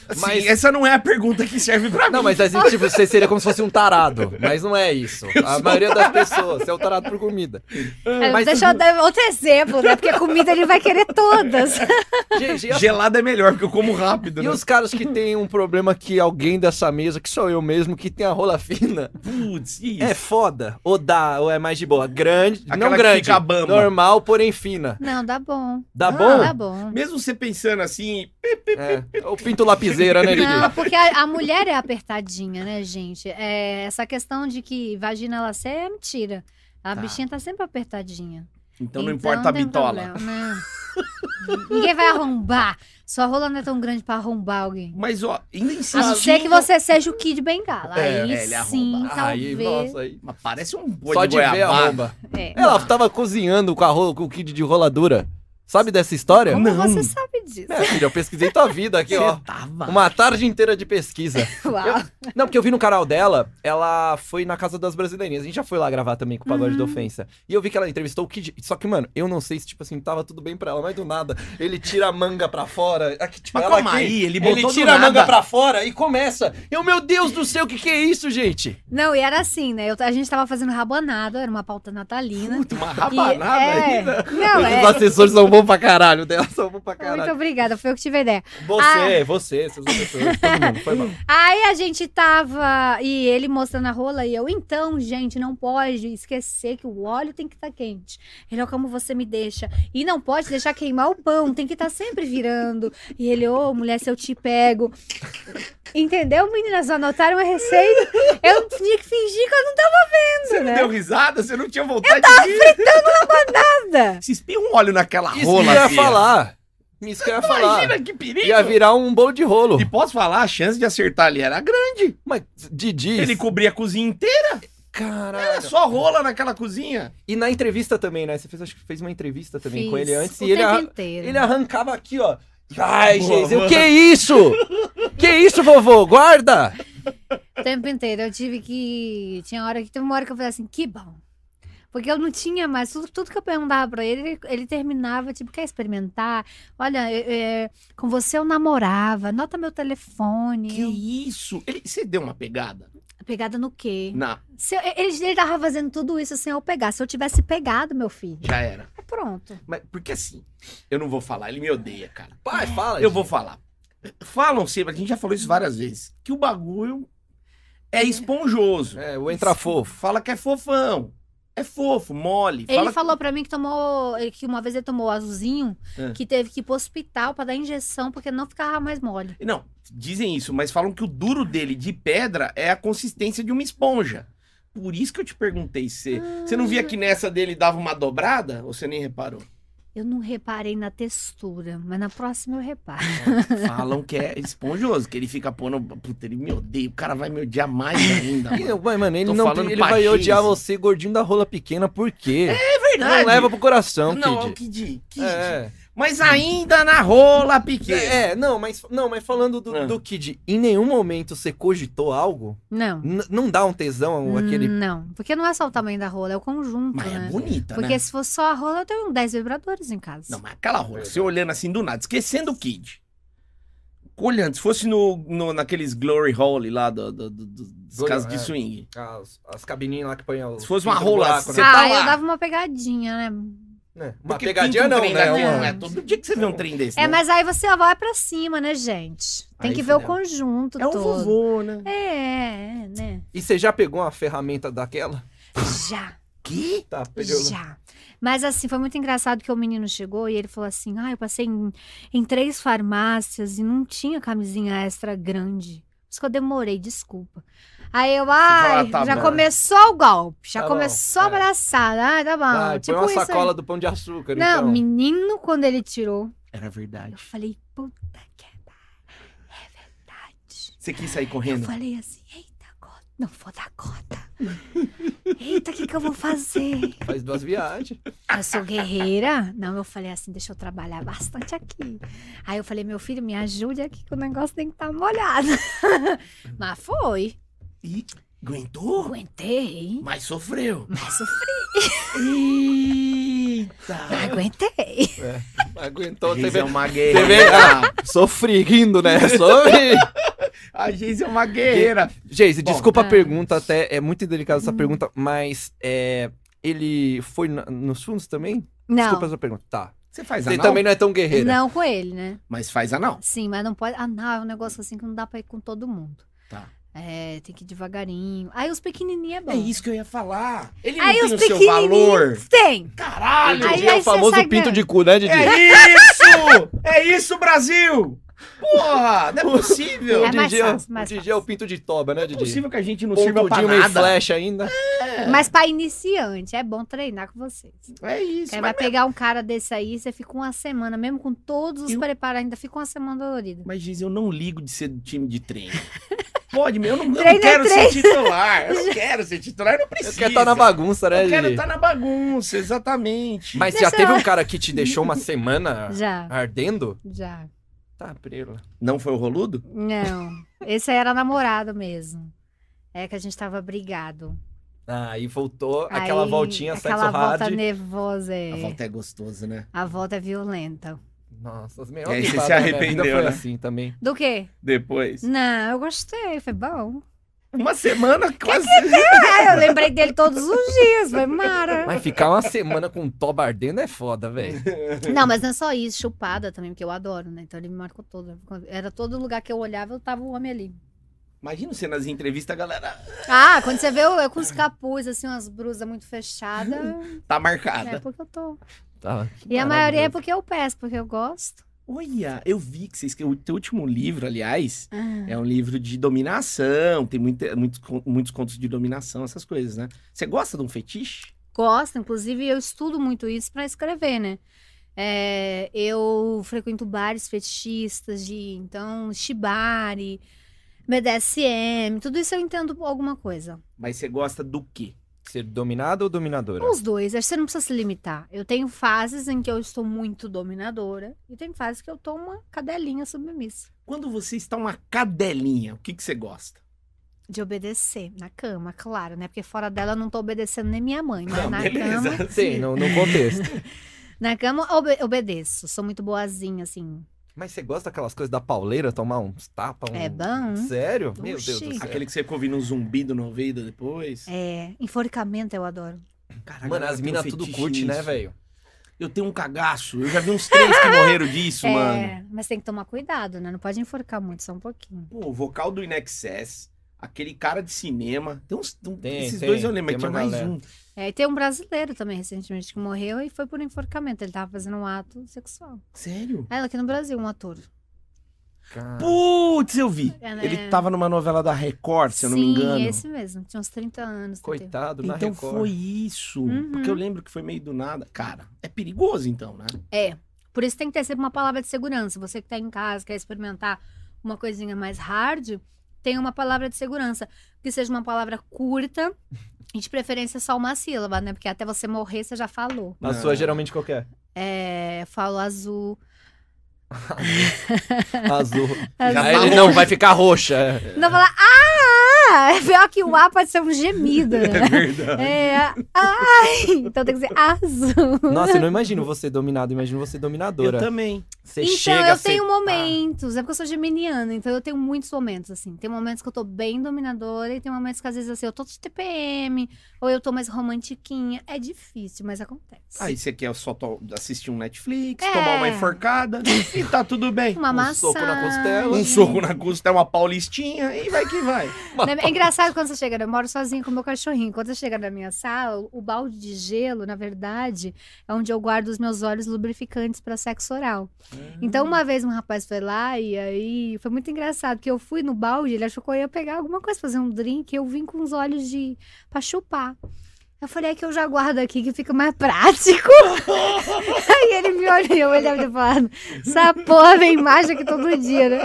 Speaker 1: Assim,
Speaker 2: é? Mas-
Speaker 1: essa não é a pergunta que serve pra
Speaker 2: Não,
Speaker 1: mim.
Speaker 2: mas assim, tipo, você seria como se fosse um tarado. Mas não é isso. A maioria das pessoas, você é o tarado por comida.
Speaker 3: É,
Speaker 2: mas-
Speaker 3: Deixa eu dar outro exemplo, né? Porque comida ele vai querer todas.
Speaker 2: Gente, e as
Speaker 1: Gelada é melhor, porque eu como rápido,
Speaker 2: E
Speaker 1: né?
Speaker 2: os caras que tem um problema que alguém dessa mesa, que sou eu mesmo, que tem a rola fina,
Speaker 1: Putz, isso.
Speaker 2: é foda. Ou dá, ou é mais de boa. Grande,
Speaker 1: Aquela
Speaker 2: não
Speaker 1: que
Speaker 2: grande,
Speaker 1: fica bamba.
Speaker 2: normal, porém fina.
Speaker 3: Não, dá bom.
Speaker 2: Dá
Speaker 1: Ah,
Speaker 2: bom?
Speaker 3: Dá bom.
Speaker 1: Mesmo você pensando assim,
Speaker 2: É. Ou pinto lapiseira, né,
Speaker 3: Não,
Speaker 2: Lili?
Speaker 3: porque a, a mulher é apertadinha, né, gente? É, essa questão de que vagina ela ser é mentira. A
Speaker 1: Tá.
Speaker 3: bichinha tá sempre apertadinha.
Speaker 1: então não importa a
Speaker 3: tem
Speaker 1: bitola.
Speaker 3: problema, não. Ninguém vai arrombar. Sua rola não é tão grande pra arrombar alguém.
Speaker 1: Mas ó, ainda
Speaker 3: A não
Speaker 1: insistindo.
Speaker 3: ser que você seja o Kid Bengala.
Speaker 2: É,
Speaker 1: Assim
Speaker 3: aí
Speaker 1: é, ele
Speaker 3: sim,
Speaker 1: arromba.
Speaker 2: Aí,
Speaker 3: talvez.
Speaker 2: nossa, aí.
Speaker 1: Mas parece um boi
Speaker 2: Só
Speaker 1: de
Speaker 2: de ver a
Speaker 1: goiabada.
Speaker 2: bomba.
Speaker 3: É.
Speaker 2: Ela tava cozinhando com, a rola, com o kid de roladura. Sabe dessa história?
Speaker 3: Como
Speaker 1: Não.
Speaker 3: você sabe disso?
Speaker 2: Minha filha, eu pesquisei tua vida aqui, ó.
Speaker 1: Você tava.
Speaker 2: Uma tarde inteira de pesquisa.
Speaker 3: Uau.
Speaker 2: Não, porque eu vi no canal dela, ela foi na Casa das Brasileirinhas. A gente já foi lá gravar também com o Pagode da
Speaker 3: Uhum.
Speaker 2: Ofensa. E eu vi que ela entrevistou o Kid. Só que, mano, eu não sei se, tipo assim, tava tudo bem pra ela, mas do nada, ele tira a manga pra fora. Aqui, tipo,
Speaker 1: Mas
Speaker 2: ela
Speaker 1: calma
Speaker 2: aqui,
Speaker 1: aí, ele
Speaker 2: ele
Speaker 1: botou do
Speaker 2: tira a
Speaker 1: nada.
Speaker 2: manga pra fora e começa. Eu, meu Deus do céu, o que que é isso, gente?
Speaker 3: Não, e era assim, né? Eu- a gente tava fazendo rabanada, era uma pauta natalina.
Speaker 1: Puta, uma
Speaker 3: E-
Speaker 1: rabanada né?
Speaker 3: é.
Speaker 1: ainda.
Speaker 3: Não,
Speaker 2: Esses
Speaker 3: é.
Speaker 2: assessores são bons pra caralho, dela são bons pra
Speaker 3: Muito Ah.
Speaker 2: caralho.
Speaker 3: obrigada, foi eu que tive a ideia.
Speaker 2: Você, você, seus assessores, todo mundo, foi mal.
Speaker 3: Aí a gente tava. E ele mostrando a rola e eu, então, gente, não pode esquecer que o óleo tem que estar quente. Ele, ó, como você me deixa. E não pode deixar queimar o pão, tem que estar sempre virando. E ele, ô, mulher, se eu te pego. Entendeu, meninas? Anotaram a receita. Eu tinha que fingir que eu não tava vendo,
Speaker 1: Você não
Speaker 3: né?
Speaker 1: deu risada? Você não tinha vontade de rir?
Speaker 3: Nada.
Speaker 1: Se espirra um óleo naquela
Speaker 2: Isso
Speaker 1: rola,
Speaker 2: que eu ia
Speaker 1: filha.
Speaker 2: falar. Isso que eu ia falar.
Speaker 1: Imagina que perigo.
Speaker 2: Ia virar um bolo de rolo.
Speaker 1: E posso falar, a chance de acertar ali era grande.
Speaker 2: Mas, Didi.
Speaker 1: Ele cobria a cozinha inteira,
Speaker 2: Caralho.
Speaker 1: só rola naquela cozinha.
Speaker 2: E na entrevista também, né? Você fez, acho que fez uma entrevista também com
Speaker 3: Fiz
Speaker 2: ele antes.
Speaker 3: o
Speaker 2: E ele,
Speaker 3: tempo
Speaker 2: arran-
Speaker 3: inteiro.
Speaker 2: ele arrancava aqui, ó. Ai,
Speaker 1: Boa,
Speaker 2: gente, o
Speaker 1: boa.
Speaker 2: que é isso? que isso, vovô? Guarda!
Speaker 3: O tempo inteiro. Eu tive que. Tinha hora que. Teve uma hora que eu falei assim, que bom. Porque eu não tinha mais. Tudo, tudo que eu perguntava pra ele, ele, ele terminava, tipo, quer experimentar? Olha, é, é, com você eu namorava, anota meu telefone.
Speaker 1: Que isso? Ele, você deu uma pegada?
Speaker 3: Pegada no quê?
Speaker 1: Não,
Speaker 3: Se eu- ele, ele tava fazendo tudo isso sem eu pegar. Se eu tivesse pegado, meu filho,
Speaker 1: já era.
Speaker 3: é pronto.
Speaker 1: Mas porque assim, eu não vou falar, ele me odeia, cara.
Speaker 2: Pai, fala.
Speaker 1: Eu vou falar. Falam sempre, a gente já falou isso várias vezes, que o bagulho é esponjoso.
Speaker 2: É, o entra fofo.
Speaker 1: Fala que é fofão. É fofo, mole.
Speaker 3: Ele
Speaker 1: fala que-
Speaker 3: falou pra mim que tomou. Que uma vez ele tomou azulzinho,
Speaker 1: É.
Speaker 3: que teve que ir pro hospital pra dar injeção, porque não ficava mais mole.
Speaker 1: Não, dizem isso, mas falam que o duro dele de pedra é a consistência de uma esponja. Por isso que eu te perguntei se. Você não via que nessa dele dava uma dobrada? Ou você nem reparou?
Speaker 3: Eu não reparei na textura, mas na próxima eu reparo.
Speaker 1: Falam que é esponjoso, que ele fica pondo. Puta, ele me odeia. O cara vai me odiar mais ainda.
Speaker 2: Ih,
Speaker 1: mano.
Speaker 2: Mas, mano, ele,
Speaker 1: Tô
Speaker 2: não,
Speaker 1: falando
Speaker 2: ele vai
Speaker 1: baixinho,
Speaker 2: odiar
Speaker 1: assim.
Speaker 2: você, gordinho da rola pequena, por quê?
Speaker 1: É verdade.
Speaker 2: não leva pro coração,
Speaker 1: Não,
Speaker 2: Kid.
Speaker 1: Kid. Kid.
Speaker 2: É.
Speaker 1: Mas ainda na rola pequena.
Speaker 2: É, não, mas, não, mas falando do,
Speaker 1: Ah.
Speaker 2: do Kid, em nenhum momento você cogitou algo?
Speaker 3: Não.
Speaker 2: N- não dá um tesão
Speaker 3: Hum.
Speaker 2: aquele.
Speaker 3: Não, porque não é só o tamanho da rola, é o conjunto,
Speaker 1: Mas
Speaker 3: né?
Speaker 1: é bonita,
Speaker 3: porque
Speaker 1: né?
Speaker 3: se fosse só a rola, eu tenho 10 vibradores em casa.
Speaker 1: Não, mas aquela rola, você olhando assim do nada, esquecendo o Kid. Olhando, se fosse no, no- naqueles Glory Hole lá do, do, do- do- dos
Speaker 2: Glory,
Speaker 1: casos
Speaker 2: é.
Speaker 1: de swing.
Speaker 2: As, as cabininhas lá que põem os.
Speaker 1: Se fosse uma
Speaker 2: pinta no
Speaker 1: rola,
Speaker 2: buraco,
Speaker 1: você
Speaker 2: né?
Speaker 3: ah,
Speaker 1: tá lá.
Speaker 3: eu dava uma pegadinha, né?
Speaker 2: É, Uma
Speaker 1: Porque
Speaker 2: pegadinha
Speaker 1: pinta um
Speaker 2: não,
Speaker 1: trem
Speaker 2: né?
Speaker 1: daquele,
Speaker 2: Uma-
Speaker 1: não é todo dia que você vê um trem desse.
Speaker 3: É,
Speaker 1: né?
Speaker 3: mas aí você vai pra cima, né, gente? Tem
Speaker 1: Aí
Speaker 3: que ver o
Speaker 1: fudeu.
Speaker 3: conjunto
Speaker 1: É um
Speaker 3: todo.
Speaker 1: vovô, né?
Speaker 3: É, é, né?
Speaker 2: E você já pegou uma ferramenta daquela?
Speaker 3: Já.
Speaker 1: Que?
Speaker 2: Tá, pegou.
Speaker 3: Já. Mas assim, foi muito engraçado que o menino chegou e ele falou assim: Ah, eu passei em, em três farmácias e não tinha camisinha extra grande. Por isso que eu demorei, desculpa. Aí eu, ai,
Speaker 1: fala, "Tá
Speaker 3: já
Speaker 1: bom."
Speaker 3: começou o golpe, já
Speaker 2: "Ah, Tá bom,
Speaker 3: começou
Speaker 2: é.
Speaker 3: a abraçada. Ah, tá bom.
Speaker 2: Vai,
Speaker 3: tipo
Speaker 2: põe uma
Speaker 3: isso aí.
Speaker 2: sacola do pão de açúcar,
Speaker 3: Não,
Speaker 2: então.
Speaker 3: menino, quando ele tirou,
Speaker 1: Era
Speaker 3: eu
Speaker 1: verdade.
Speaker 3: falei, puta que pariu, é verdade.
Speaker 1: Você quis sair
Speaker 3: Eu
Speaker 1: correndo?
Speaker 3: falei assim, eita, gota, não vou dar cota. Eita, o que, que eu vou fazer?
Speaker 2: Faz duas viagens.
Speaker 3: Eu sou guerreira. Não, eu falei assim, deixa eu trabalhar bastante aqui. Aí eu falei, meu filho, me ajude aqui que o negócio tem que estar molhado. Mas foi.
Speaker 1: E aguentou?
Speaker 3: Aguentei.
Speaker 1: Mas sofreu.
Speaker 3: Mas sofri.
Speaker 1: Eita!
Speaker 3: Aguentei.
Speaker 2: Aguentou,
Speaker 1: Geis
Speaker 2: teve.
Speaker 1: é uma
Speaker 2: Então, Você vê,
Speaker 1: guerreira.
Speaker 2: ah, sofri rindo, né? Sofri.
Speaker 1: A Geis é uma guerreira.
Speaker 2: Geise,
Speaker 1: Bom.
Speaker 2: desculpa a
Speaker 3: Ah.
Speaker 2: pergunta, até é muito delicada essa pergunta, mas é, ele foi na- nos fundos também?
Speaker 3: Não.
Speaker 2: Desculpa essa pergunta. Tá.
Speaker 1: Você faz
Speaker 2: Você
Speaker 1: anal,
Speaker 2: também não é tão guerreira.
Speaker 3: Não com ele, né?
Speaker 1: mas faz anal.
Speaker 3: Sim, mas não pode. Ah, não, é um negócio assim que não dá pra ir com todo mundo.
Speaker 1: Tá.
Speaker 3: É, tem que ir devagarinho. Aí os pequenininhos é bom.
Speaker 1: É isso que eu ia falar. Ele não
Speaker 3: Aí
Speaker 1: tem
Speaker 3: os
Speaker 1: o seu valor.
Speaker 3: pequenininhos tem.
Speaker 1: Caralho!
Speaker 2: Hoje em
Speaker 3: Aí-
Speaker 2: dia é o
Speaker 3: aí você
Speaker 2: famoso
Speaker 3: sai
Speaker 2: pinto
Speaker 3: ganhando.
Speaker 2: de cu, né, Didi?
Speaker 1: É isso! É isso, Brasil! Porra! Não é possível!
Speaker 3: É
Speaker 2: Hoje em
Speaker 3: mais
Speaker 2: dia,
Speaker 3: fácil, mais
Speaker 2: hoje em dia é o pinto de toba, né,
Speaker 1: É
Speaker 2: Didi?
Speaker 1: possível que a gente não sirva pra
Speaker 2: Pontudinho meio
Speaker 1: nada.
Speaker 2: flecha ainda.
Speaker 1: É
Speaker 3: Mas pra iniciante, é bom treinar com vocês.
Speaker 1: É isso.
Speaker 3: Aí vai
Speaker 1: mas,
Speaker 3: pegar um cara desse aí, você fica uma semana, mesmo com todos os
Speaker 1: Eu-
Speaker 3: preparos, ainda fica uma semana dolorida.
Speaker 1: mas Giz, eu não ligo de ser do time de treino. Pode, meu, eu não, eu não
Speaker 3: Treino é
Speaker 1: quero ser
Speaker 3: treino.
Speaker 1: titular. Eu não quero ser titular, eu não
Speaker 2: Eu
Speaker 1: preciso.
Speaker 2: quero estar na bagunça, né,
Speaker 1: Eu quero tá-
Speaker 2: Didi?
Speaker 1: estar na bagunça, exatamente.
Speaker 2: Mas já teve um cara que te deixou uma semana
Speaker 3: Já,
Speaker 2: ardendo?
Speaker 3: já.
Speaker 2: Tá, Prela.
Speaker 1: Não foi o roludo?
Speaker 3: Não. Esse aí era namorado mesmo. É que a gente tava brigado.
Speaker 2: Ah, e voltou aquela
Speaker 3: Aí,
Speaker 2: voltinha
Speaker 3: Aquela
Speaker 2: sexo
Speaker 3: volta
Speaker 2: hard.
Speaker 3: nervosa. é.
Speaker 1: A volta é gostoso, né?
Speaker 3: A volta é violenta.
Speaker 2: Nossa, as
Speaker 1: E aí
Speaker 2: melhores
Speaker 1: você
Speaker 2: risadas
Speaker 1: se
Speaker 2: da minha vida
Speaker 1: arrependeu,
Speaker 2: foi
Speaker 1: né?
Speaker 2: assim também.
Speaker 3: Do quê?
Speaker 1: Depois.
Speaker 3: Não, eu gostei, foi bom.
Speaker 1: Uma semana quase.
Speaker 3: Ah, eu lembrei dele todos os dias, foi mara.
Speaker 2: Mas ficar uma semana com um toba ardendo é foda, velho.
Speaker 3: Não, mas não é só isso, chupada também, porque eu adoro, né? Então ele me marcou todo. Era todo lugar que eu olhava, eu tava o homem ali.
Speaker 1: Imagina você nas entrevistas, a galera
Speaker 3: Ah, quando você vê eu, eu com os capuz, assim, umas blusas muito fechadas,
Speaker 1: tá
Speaker 3: é
Speaker 1: marcada.
Speaker 3: porque eu tô.
Speaker 2: Tá.
Speaker 3: E a maioria é porque eu peço, porque eu gosto.
Speaker 1: Olha, eu vi que você escreveu. O teu último livro, aliás, é um livro de dominação. Tem muita- muitos con- muitos contos de dominação, essas coisas, né? Você gosta de um fetiche?
Speaker 3: Gosto, inclusive eu estudo muito isso pra escrever, né? É, eu frequento bares fetichistas de, então, shibari, BDSM, tudo isso eu entendo alguma coisa.
Speaker 1: Mas você gosta do quê?
Speaker 2: Ser dominado ou dominadora?
Speaker 3: Os dois, acho que você não precisa se limitar. Eu tenho fases em que eu estou muito dominadora e tem fases que eu tô uma cadelinha submissa.
Speaker 1: Quando você está uma cadelinha, o que, que você gosta?
Speaker 3: De obedecer na cama, claro, né? Porque fora dela eu não tô obedecendo nem minha mãe, mas
Speaker 1: Não,
Speaker 3: na
Speaker 1: beleza.
Speaker 3: cama.
Speaker 2: Sim, no, no contexto.
Speaker 3: Na cama eu obe- obedeço. Sou muito boazinha, assim.
Speaker 2: Mas você gosta daquelas coisas da pauleira, tomar uns tapas? Um...
Speaker 3: É bom.
Speaker 2: Sério? Meu
Speaker 3: Oxi.
Speaker 2: Deus do céu.
Speaker 1: Aquele que você fica ouvindo um zumbido no ouvido depois?
Speaker 3: É. Enforcamento eu adoro.
Speaker 1: Caraca,
Speaker 2: Mano, as
Speaker 1: eu tenho
Speaker 2: minas
Speaker 1: um
Speaker 2: tudo
Speaker 1: fetiche
Speaker 2: curte, né,
Speaker 1: nisso.
Speaker 2: velho?
Speaker 1: Eu tenho um cagaço. Eu já vi uns três que morreram disso, mano.
Speaker 3: É, mas tem que tomar cuidado, né? Não pode enforcar muito, só um pouquinho.
Speaker 1: Pô, o vocal do Inexcess, aquele cara de cinema. Tem uns. tem- um,
Speaker 2: Tem,
Speaker 1: esses
Speaker 2: tem,
Speaker 1: dois eu lembro,
Speaker 2: tem
Speaker 1: mas tinha
Speaker 2: uma
Speaker 1: mais
Speaker 2: galera.
Speaker 1: um.
Speaker 3: É, e tem um brasileiro também recentemente que morreu e foi por enforcamento. Ele tava fazendo um ato sexual.
Speaker 1: Sério?
Speaker 3: Ah, Ela aqui no Brasil, um ator.
Speaker 2: Cara.
Speaker 1: Putz, eu vi.
Speaker 3: É, né?
Speaker 1: Ele tava numa novela da Record, se eu não me
Speaker 3: Sim,
Speaker 1: engano.
Speaker 3: esse mesmo. Tinha uns 30 anos. 31.
Speaker 2: Coitado, na
Speaker 1: Então
Speaker 2: Record.
Speaker 1: foi isso.
Speaker 3: Uhum.
Speaker 1: Porque eu lembro que foi meio do nada. Cara, é perigoso então, né?
Speaker 3: É. Por isso tem que ter sempre uma palavra de segurança. Você que tá em casa, quer experimentar uma coisinha mais hard, tem uma palavra de segurança. Que seja uma palavra curta e de preferência só uma sílaba, né? Porque até você morrer, você já falou.
Speaker 2: Na
Speaker 1: Não.
Speaker 2: sua, geralmente, qualquer.
Speaker 3: É, falo azul.
Speaker 2: Azul.
Speaker 3: É.
Speaker 1: Já
Speaker 3: Ah,
Speaker 2: Aí
Speaker 1: tá
Speaker 2: Ah, ele,
Speaker 1: roxa.
Speaker 2: não, vai ficar roxa. é.
Speaker 3: Não falar, ah! É pior que o A pode ser um gemido, né?
Speaker 1: verdade.
Speaker 3: É, ai! Então tem que ser azul.
Speaker 2: Nossa, eu não imagino você dominado, imagino você dominadora.
Speaker 1: Eu também.
Speaker 2: Você
Speaker 3: então,
Speaker 2: chega,
Speaker 3: eu
Speaker 2: você
Speaker 3: tenho
Speaker 2: tá-
Speaker 3: momentos. É porque eu sou geminiana, então eu tenho muitos momentos, assim. Tem momentos que eu tô bem dominadora e tem momentos que às vezes, assim, eu tô de TPM ou eu tô mais romantiquinha. É difícil, mas acontece.
Speaker 1: Aí você quer é só to- assistir um Netflix,
Speaker 3: É.
Speaker 1: tomar uma enforcada e tá tudo bem.
Speaker 3: Uma
Speaker 2: um
Speaker 3: maçã.
Speaker 2: soco na costela.
Speaker 1: Um soco na costela, uma paulistinha e vai que vai.
Speaker 3: É engraçado quando você chega, né? eu moro sozinha com o meu cachorrinho. Quando você chega na minha sala, o balde de gelo, na verdade, é onde eu guardo os meus óleos lubrificantes pra sexo oral. Então, uma vez um rapaz foi lá e aí foi muito engraçado, porque eu fui no balde, ele achou que eu ia pegar alguma coisa, fazer um drink, e eu vim com os olhos de pra chupar. Eu falei, é que eu já guardo aqui, que fica mais prático. aí ele me olhou, ele deve ter falado, essa porra vem mais aqui todo dia, né?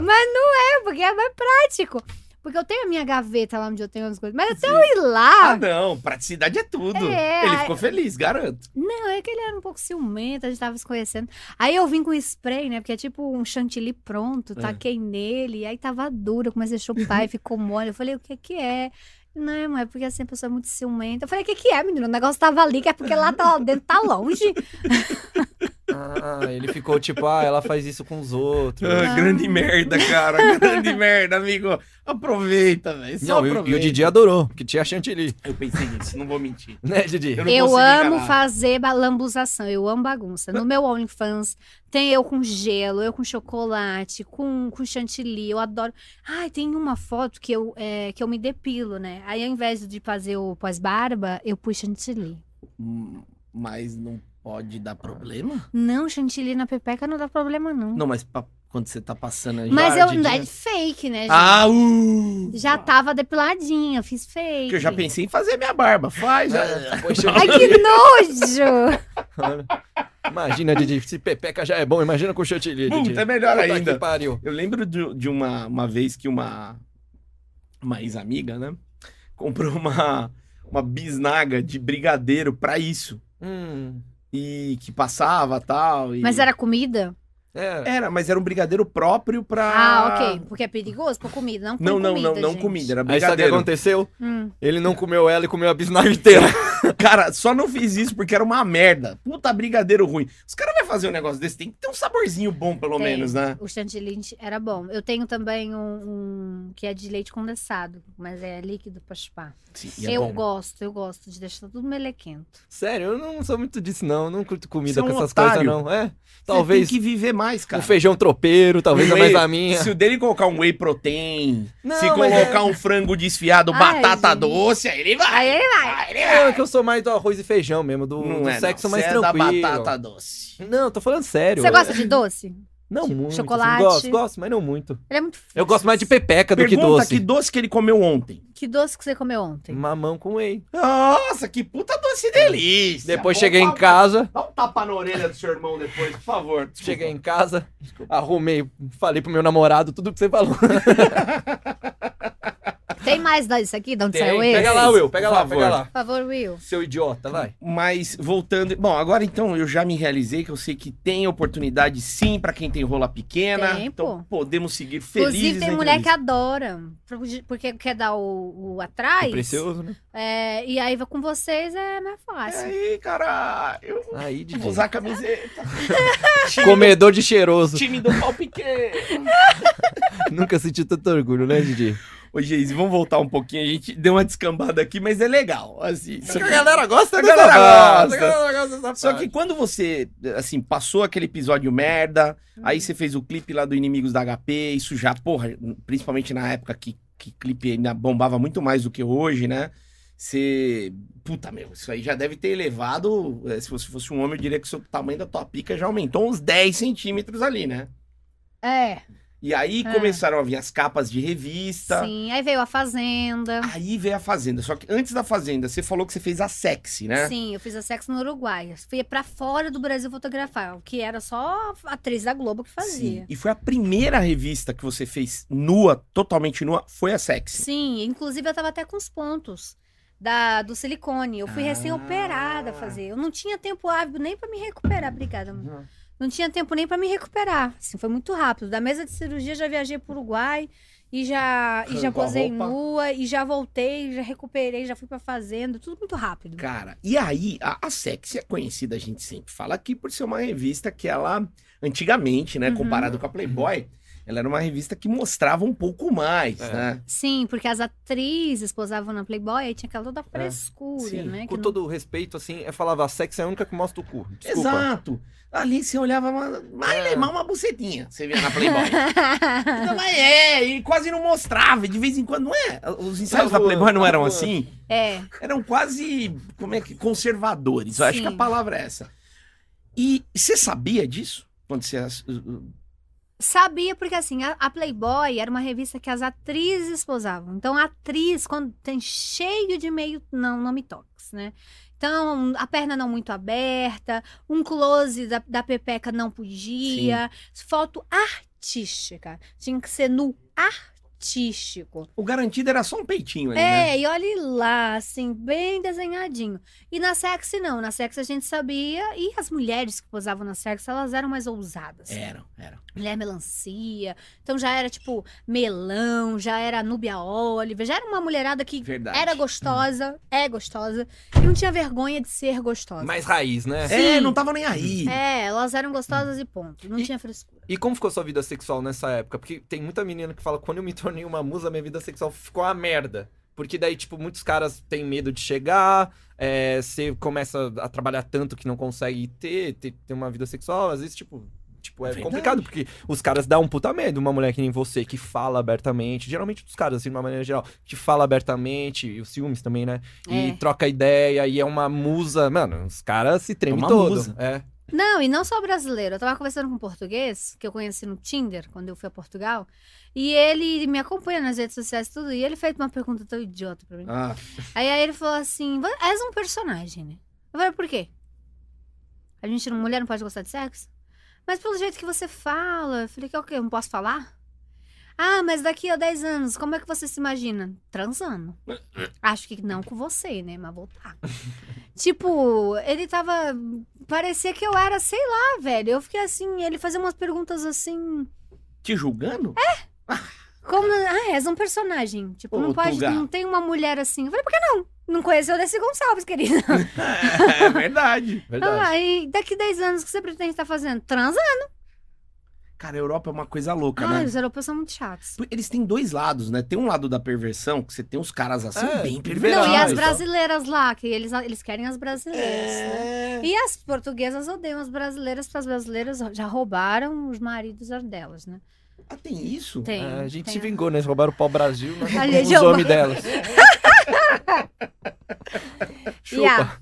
Speaker 3: Mas não é, porque é mais prático. Porque eu tenho a minha gaveta lá onde eu tenho as coisas. Mas até eu ir
Speaker 1: Ah,
Speaker 3: lá.
Speaker 1: não, praticidade é tudo.
Speaker 3: É,
Speaker 1: Ele
Speaker 3: a-
Speaker 1: ficou feliz, garanto.
Speaker 3: Não, é que ele era um pouco ciumento, a gente tava se conhecendo. Aí eu vim com spray, né? Porque é tipo um chantilly pronto, taquei nele, e aí tava duro, eu comecei a chupar e ficou mole. Eu falei, o que que é? Não, mas é porque assim, a pessoa é muito ciumenta. Eu falei, o que que é, menino? O negócio tava ali, que é porque lá, tá, lá dentro tá longe.
Speaker 2: Ah, ele ficou tipo, ah, ela faz isso com os outros.
Speaker 1: Ah, grande merda, cara. Grande merda, amigo. Aproveita, velho. Só
Speaker 2: Não, e, o- e
Speaker 1: aproveita.
Speaker 2: o Didi adorou, que tinha chantilly.
Speaker 1: Eu pensei nisso, não vou mentir.
Speaker 2: Né, Didi?
Speaker 1: Eu não
Speaker 3: Eu
Speaker 1: consegui
Speaker 3: amo
Speaker 1: enganar.
Speaker 3: fazer ba- lambuzação, eu amo bagunça. No meu OnlyFans tem eu com gelo, eu com chocolate, com, com chantilly, eu adoro. Ai, tem uma foto que eu, é, que eu me depilo, né? Aí ao invés de fazer o pós-barba, eu pus chantilly.
Speaker 1: Hum, Mas não pode dar problema?
Speaker 3: Não, chantilly na pepeca não dá problema, não.
Speaker 1: Não, mas pra- quando você tá passando aí.
Speaker 3: Mas
Speaker 1: já
Speaker 3: eu
Speaker 1: de
Speaker 3: é
Speaker 1: dia-
Speaker 3: fake, né, gente?
Speaker 1: Ah, uh!
Speaker 3: Já tava depiladinha, fiz fake.
Speaker 1: Porque eu já pensei em fazer minha barba. Faz. ah.
Speaker 2: Ah, poxa,
Speaker 3: Ai, que nojo!
Speaker 2: Imagina, Didi, se pepeca já é bom, imagina com chantilly, Didi.
Speaker 1: Puta, é melhor
Speaker 2: Puta
Speaker 1: ainda.
Speaker 2: que pariu.
Speaker 1: Eu lembro de, de uma, uma vez que uma, uma ex-amiga, né? Comprou uma, uma bisnaga de brigadeiro pra isso.
Speaker 2: Hum,
Speaker 1: E que passava tal, e
Speaker 3: Mas era comida?
Speaker 2: é.
Speaker 1: Era, mas era um brigadeiro próprio pra.
Speaker 3: Ah, ok. Porque é perigoso pra comida, não com
Speaker 1: Não, não,
Speaker 3: comida,
Speaker 1: não, não
Speaker 3: gente.
Speaker 1: comida. Era
Speaker 2: Aí sabe o que
Speaker 1: brigadeiro.
Speaker 2: aconteceu?
Speaker 3: Hum.
Speaker 2: Ele não comeu ela e comeu a bisnaga inteira.
Speaker 1: Cara, só não fiz isso porque era uma merda. Puta brigadeiro ruim. Os caras vão fazer um negócio desse, tem que ter um saborzinho bom, pelo
Speaker 3: Tem.
Speaker 1: menos, né?
Speaker 3: O chantilly era bom. Eu tenho também um, um que é de leite condensado, mas é líquido pra chupar.
Speaker 1: Sim, e é
Speaker 3: eu
Speaker 1: bom.
Speaker 3: gosto, eu gosto de deixar tudo melequento.
Speaker 2: Sério, eu não sou muito disso, não. Não curto
Speaker 1: Você
Speaker 2: comida
Speaker 1: é um
Speaker 2: com essas
Speaker 1: otário.
Speaker 2: coisas, não. É, talvez
Speaker 1: Você tem que viver mais,
Speaker 2: um
Speaker 1: cara.
Speaker 2: feijão tropeiro, talvez
Speaker 1: Um
Speaker 2: a mais
Speaker 1: whey-
Speaker 2: a minha.
Speaker 1: Se o dele colocar um whey protein,
Speaker 2: Não,
Speaker 1: se
Speaker 2: mas
Speaker 1: colocar um frango desfiado,
Speaker 3: é- Ai,
Speaker 1: batata
Speaker 3: gente.
Speaker 1: doce, aí ele vai.
Speaker 3: Aí
Speaker 1: vai, ele vai.
Speaker 2: É que eu sou mais do arroz e feijão mesmo, do, do
Speaker 1: Não é,
Speaker 2: sexo
Speaker 1: não.
Speaker 2: mais
Speaker 1: Você é
Speaker 2: tranquilo.
Speaker 1: da batata doce.
Speaker 2: Não, tô falando sério.
Speaker 3: Você gosta de doce?
Speaker 2: Não
Speaker 3: Tipo,
Speaker 2: muito. assim,
Speaker 3: chocolate?
Speaker 2: gosto, gosto, mas não muito.
Speaker 3: Ele é muito
Speaker 2: Eu gosto mais de pepeca do que
Speaker 1: Pergunta
Speaker 2: doce.
Speaker 1: que doce que ele comeu ontem.
Speaker 3: Que doce que você comeu ontem?
Speaker 2: Mamão com whey.
Speaker 1: Nossa, que puta doce delícia.
Speaker 2: Depois
Speaker 1: Pô,
Speaker 2: cheguei
Speaker 1: dá
Speaker 2: em
Speaker 1: um-
Speaker 2: casa,
Speaker 1: Dá um tapa na orelha do seu irmão depois, por favor. Desculpa.
Speaker 2: cheguei em casa, arrumei, falei pro meu namorado tudo que você falou.
Speaker 3: Tem mais disso aqui? De onde
Speaker 2: Tem,
Speaker 3: saiu esse?
Speaker 2: pega lá, Will, pega
Speaker 1: Por
Speaker 2: lá,
Speaker 1: favor.
Speaker 2: pega lá.
Speaker 3: Por favor, Will.
Speaker 2: Seu idiota, vai.
Speaker 1: Mas voltando. Bom, agora então eu já me realizei que eu sei que tem oportunidade sim pra quem tem rola pequena.
Speaker 3: Tem,
Speaker 1: então
Speaker 3: pô.
Speaker 1: podemos seguir felizes.
Speaker 3: Inclusive, tem
Speaker 1: na
Speaker 3: mulher que é
Speaker 1: entrevista.
Speaker 3: adora. Porque quer dar o, o atrás.
Speaker 2: É precioso, né?
Speaker 3: É, e aí vai com vocês é mais
Speaker 1: E
Speaker 3: fácil.
Speaker 1: Aí, cara, eu
Speaker 2: Aí, Didi.
Speaker 1: vou usar a camiseta.
Speaker 2: Comedor de cheiroso.
Speaker 1: Time do pau pequeno.
Speaker 2: Nunca senti tanto orgulho, né, Didi?
Speaker 1: Ô, Geise, vamos voltar um pouquinho. A gente deu uma descambada aqui, mas é legal. Assim, só, que,
Speaker 2: galera gosta
Speaker 1: A galera
Speaker 2: parte,
Speaker 1: gosta.
Speaker 2: a galera gosta dessa
Speaker 1: só
Speaker 2: parte.
Speaker 1: que quando você, assim, passou aquele episódio merda, aí você fez o clipe lá do Inimigos da HP, isso já, porra, principalmente na época que, que clipe ainda bombava muito mais do que hoje, né? Você. Puta, meu, isso aí já deve ter elevado. é, eh, Se você fosse um homem, eu diria que o seu tamanho da tua pica já aumentou uns 10 centímetros ali, né?
Speaker 3: É,
Speaker 1: E aí
Speaker 3: É.
Speaker 1: começaram a vir as capas de revista.
Speaker 3: sim. Aí veio a Fazenda.
Speaker 1: Aí veio a Fazenda. Só que antes da Fazenda, você falou que você fez a sexy, né?
Speaker 3: Sim, eu fiz a sexo no Uruguai. Eu Fui pra fora do Brasil fotografar, o que era só a atriz da Globo que fazia.
Speaker 1: Sim. E foi a primeira revista que você fez nua, totalmente nua, foi a sexy.
Speaker 3: Sim, inclusive eu tava até com os pontos da, do silicone. Eu fui
Speaker 1: Ah.
Speaker 3: recém-operada a fazer. Eu não tinha tempo hábil nem pra me recuperar. Obrigada, amor. Não tinha tempo nem pra me recuperar. Assim, foi muito rápido. Da mesa de cirurgia já viajei pro Uruguai e já, e já
Speaker 2: Arrancou a
Speaker 3: posei
Speaker 2: roupa.
Speaker 3: nua e já voltei, já recuperei, já fui pra fazenda. Tudo muito rápido.
Speaker 1: Cara, e aí, a, a Sexy é conhecida, a gente sempre fala aqui, por ser uma revista que ela, antigamente, né,
Speaker 3: Uhum.
Speaker 1: comparado com a Playboy, ela era uma revista que mostrava um pouco mais,
Speaker 2: É.
Speaker 1: né?
Speaker 3: Sim, porque as atrizes posavam na Playboy e tinha aquela toda frescura,
Speaker 2: É, Sim,
Speaker 3: né?
Speaker 2: com
Speaker 3: que não-
Speaker 2: todo o respeito, assim, eu falava, a sexo é a única que mostra o cu. Desculpa.
Speaker 1: Exato. Ali você olhava, mas mais
Speaker 2: É.
Speaker 1: levar uma bucetinha, você via na Playboy. então, mas é, e quase não mostrava, de vez em quando, não é? Os ensaios da
Speaker 2: Tá
Speaker 1: Playboy não
Speaker 2: boa,
Speaker 1: eram
Speaker 2: tá boa.
Speaker 1: assim?
Speaker 3: É,
Speaker 1: eram quase, como é que, conservadores. Eu acho
Speaker 3: Sim.
Speaker 1: que a palavra é essa. E você sabia disso? Quando você... ass-
Speaker 3: Sabia, porque assim, a, a Playboy era uma revista que as atrizes posavam. Então, a atriz, quando tem cheio de meio, não, não me toques, né? Então, a perna não muito aberta, um close da, da pepeca não podia, foto artística. Tinha que ser nu artístico.
Speaker 1: O garantido era só um peitinho ali, né?
Speaker 3: É, e olhe lá, assim, bem desenhadinho. E na sexy, não. Na sexy a gente sabia, e as mulheres que posavam na sexy, elas eram mais ousadas.
Speaker 1: Eram, eram.
Speaker 3: Mulher melancia. Então já era tipo melão, já era Núbia Oliver, já era uma mulherada que
Speaker 1: Verdade.
Speaker 3: era gostosa, é gostosa, e não tinha vergonha de ser gostosa.
Speaker 2: Mais raiz, né?
Speaker 1: É,
Speaker 3: Sim.
Speaker 1: não tava nem aí.
Speaker 3: É, elas eram gostosas e ponto. Não
Speaker 2: E-
Speaker 3: tinha frescura.
Speaker 2: E como ficou sua vida sexual nessa época? Porque tem muita menina que fala, quando eu me tornei uma musa, minha vida sexual ficou uma merda. Porque daí, tipo, muitos caras têm medo de chegar, é, você começa a trabalhar tanto que não consegue ter, ter, ter uma vida sexual, às vezes, tipo... Tipo, é
Speaker 1: Verdade.
Speaker 2: complicado, porque os caras dão um puta medo. Uma mulher que nem você, que fala abertamente. Geralmente os caras, assim, de uma maneira geral, que fala abertamente. E os ciúmes também, né? E
Speaker 3: É.
Speaker 2: troca ideia, e é uma musa. Mano, os caras se tremem
Speaker 1: uma
Speaker 2: todo.
Speaker 1: musa.
Speaker 2: É.
Speaker 3: Não, e não só brasileiro. Eu tava conversando com um português, que eu conheci no Tinder, quando eu fui a Portugal, e ele me acompanha nas redes sociais e tudo, e ele fez uma pergunta tão idiota pra mim.
Speaker 1: Ah,
Speaker 3: Aí, aí ele falou assim: "Vo- és um personagem, né? Eu falei, por quê? A gente, não- mulher, não pode gostar de sexo? Mas pelo jeito que você fala, eu falei, que é o quê? Eu não posso falar? Ah, mas daqui a 10 anos, como é que você se imagina? Transando. Acho que não com você, né? Mas voltar. tipo, ele tava. Parecia que eu era, sei lá, velho. Eu fiquei assim, ele fazia umas perguntas assim.
Speaker 1: te julgando?
Speaker 3: É. Como. Ah, és um personagem. Tipo,
Speaker 1: Ô,
Speaker 3: não pode.
Speaker 1: Tuga.
Speaker 3: Não tem uma mulher assim. Eu falei, por que não? Não conheceu o Desi Gonçalves, querida.
Speaker 1: É, verdade.
Speaker 2: Verdade.
Speaker 3: Ah, e daqui 10 anos, o que você pretende estar fazendo? Transa?
Speaker 1: Cara, a Europa é uma coisa louca,
Speaker 3: Ah,
Speaker 1: né?
Speaker 3: os europeus são muito chatos.
Speaker 1: Eles têm dois lados, né? Tem um lado da perversão, que você tem uns caras assim,
Speaker 2: É,
Speaker 1: bem
Speaker 2: Verdade.
Speaker 3: Não,
Speaker 1: pervertidos.
Speaker 3: e as
Speaker 2: então.
Speaker 3: brasileiras lá, que eles, eles querem as brasileiras, né?
Speaker 1: É.
Speaker 3: E as portuguesas odeiam as brasileiras, porque as brasileiras já roubaram os maridos delas, né?
Speaker 1: Ah, tem isso?
Speaker 3: Tem.
Speaker 2: É, a gente
Speaker 3: tem
Speaker 2: se vingou, né? Eles roubaram o pau-brasil, mas
Speaker 3: A gente
Speaker 2: os
Speaker 3: roubou.
Speaker 2: homens delas. Chupa.
Speaker 3: Yeah.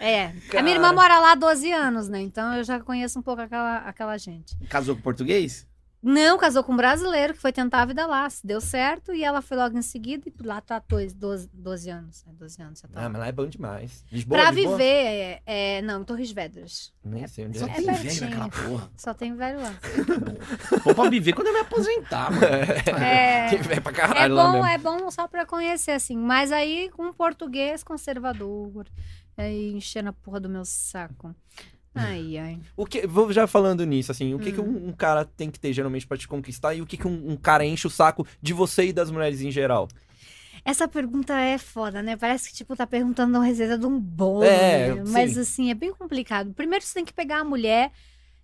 Speaker 3: É. A minha
Speaker 2: Cara.
Speaker 3: irmã mora lá há 12 anos, né? Então eu já conheço um pouco aquela, aquela gente.
Speaker 1: Casou com português?
Speaker 3: Não, casou com um brasileiro que foi tentar a vida lá. Se deu certo e ela foi logo em seguida e lá tá dois, 12, 12 anos. né? 12 anos já tá.
Speaker 2: Ah, mas lá é bom demais. Lisboa,
Speaker 3: Pra
Speaker 2: Lisboa?
Speaker 3: viver, é, é, não, em Torres Vedras.
Speaker 2: Nem sei onde
Speaker 1: Só
Speaker 2: é.
Speaker 1: tem velho
Speaker 3: pertinho.
Speaker 1: naquela porra.
Speaker 3: Só tem velho lá.
Speaker 1: Vou pra viver quando eu me aposentar, mano.
Speaker 3: É,
Speaker 2: Tem velho pra caralho
Speaker 3: é
Speaker 2: lá
Speaker 3: bom,
Speaker 2: mesmo.
Speaker 3: é bom só pra conhecer, assim. Mas aí, com um português conservador, aí enchendo a porra do meu saco. Ai, ai.
Speaker 2: O que, vou já falando nisso, assim, o que,
Speaker 3: Hum.
Speaker 2: que um, um cara tem que ter geralmente pra te conquistar e o que, que um, um cara enche o saco de você e das mulheres em geral?
Speaker 3: Essa pergunta é foda, né? Parece que, tipo, tá perguntando uma receita de um bolo.
Speaker 2: É,
Speaker 3: né?
Speaker 2: sim.
Speaker 3: Mas, assim, é bem complicado. Primeiro, você tem que pegar a mulher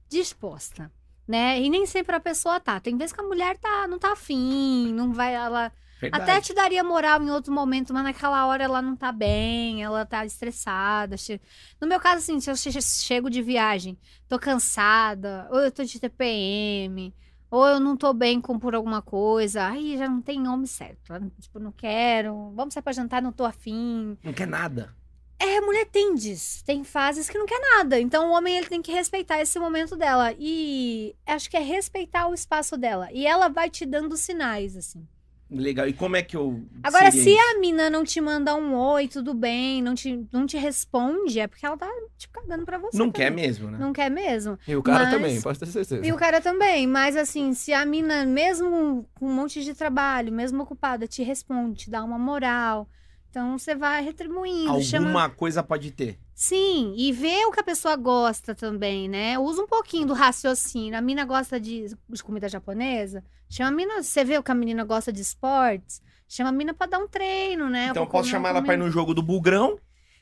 Speaker 3: disposta, né? E nem sempre a pessoa tá. Tem vezes que a mulher tá, não tá afim, não vai... Ela Até te daria moral em outro momento, mas naquela hora ela não tá bem, ela tá estressada. che- No meu caso, assim, se eu che- chego de viagem, tô cansada, ou eu tô de TPM, ou eu não tô bem com por alguma coisa, aí já não tem homem certo. Tipo, não quero, vamos sair pra jantar, não tô afim.
Speaker 1: Não quer nada.
Speaker 3: É, mulher tem diz, tem fases que não quer nada. Então o homem ele tem que respeitar esse momento dela e acho que é respeitar o espaço dela. E ela vai te dando sinais assim.
Speaker 1: Legal. E como é que eu.
Speaker 3: Agora
Speaker 1: seria
Speaker 3: se
Speaker 1: isso?
Speaker 3: a mina não te manda um oi, tudo bem, não te não te responde, é porque ela tá tipo cagando pra você.
Speaker 1: Não quer
Speaker 3: também.
Speaker 1: mesmo, né?
Speaker 3: Não quer mesmo.
Speaker 2: E o cara
Speaker 3: Mas-
Speaker 2: também, pode ter certeza.
Speaker 3: E o cara também, mas assim, se a mina, mesmo com um monte de trabalho, mesmo ocupada, te responde, te dá uma moral. Então você vai retribuindo,
Speaker 1: Alguma
Speaker 3: chama.
Speaker 1: coisa pode ter.
Speaker 3: Sim, e vê o que a pessoa gosta também, né? Usa um pouquinho do raciocínio. A mina gosta de, de comida japonesa? Chama a mina. Você vê o que a menina gosta de esportes? Chama a mina pra dar um treino, né?
Speaker 1: então eu
Speaker 3: Pra
Speaker 1: posso
Speaker 3: comer
Speaker 1: chamar
Speaker 3: uma
Speaker 1: ela pra ir
Speaker 3: comida.
Speaker 1: no jogo do Bugrão.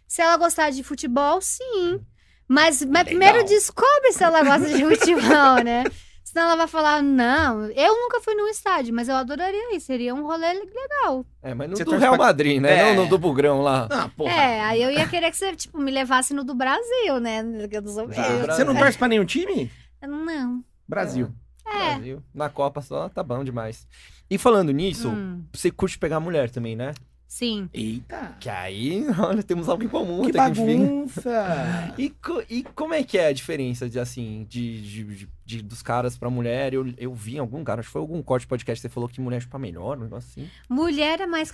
Speaker 3: Se ela gostar de futebol, sim. Mas, mas
Speaker 1: Legal.
Speaker 3: primeiro descobre se ela gosta de futebol, né? Senão ela vai falar, não, eu nunca fui num estádio, mas eu adoraria ir, seria um rolê legal.
Speaker 2: É, mas não
Speaker 1: Você
Speaker 2: do
Speaker 1: torce
Speaker 2: Real
Speaker 1: pra-
Speaker 2: Madrid, né?
Speaker 1: É.
Speaker 2: Não, não do Bugrão lá.
Speaker 1: Ah, porra.
Speaker 3: É, aí eu ia querer que você, tipo, me levasse no do Brasil, né? Eu não sou
Speaker 2: Tá.
Speaker 3: eu- É.
Speaker 1: Você não torce pra nenhum time?
Speaker 3: Não.
Speaker 1: Brasil.
Speaker 3: É.
Speaker 2: Brasil. Na Copa só tá bom demais. E falando nisso,
Speaker 3: Hum,
Speaker 2: você curte pegar mulher também, né?
Speaker 3: sim.
Speaker 1: Eita.
Speaker 2: Que aí, olha, temos algo em comum.
Speaker 1: Que
Speaker 2: até que enfim.
Speaker 1: bagunça.
Speaker 2: E, co- e como é que é a diferença de assim, de, de- de- de- dos caras pra mulher? Eu, eu vi em algum cara, acho que foi algum corte de podcast que você falou que mulher chupa melhor, um negócio assim.
Speaker 3: Mulher é mais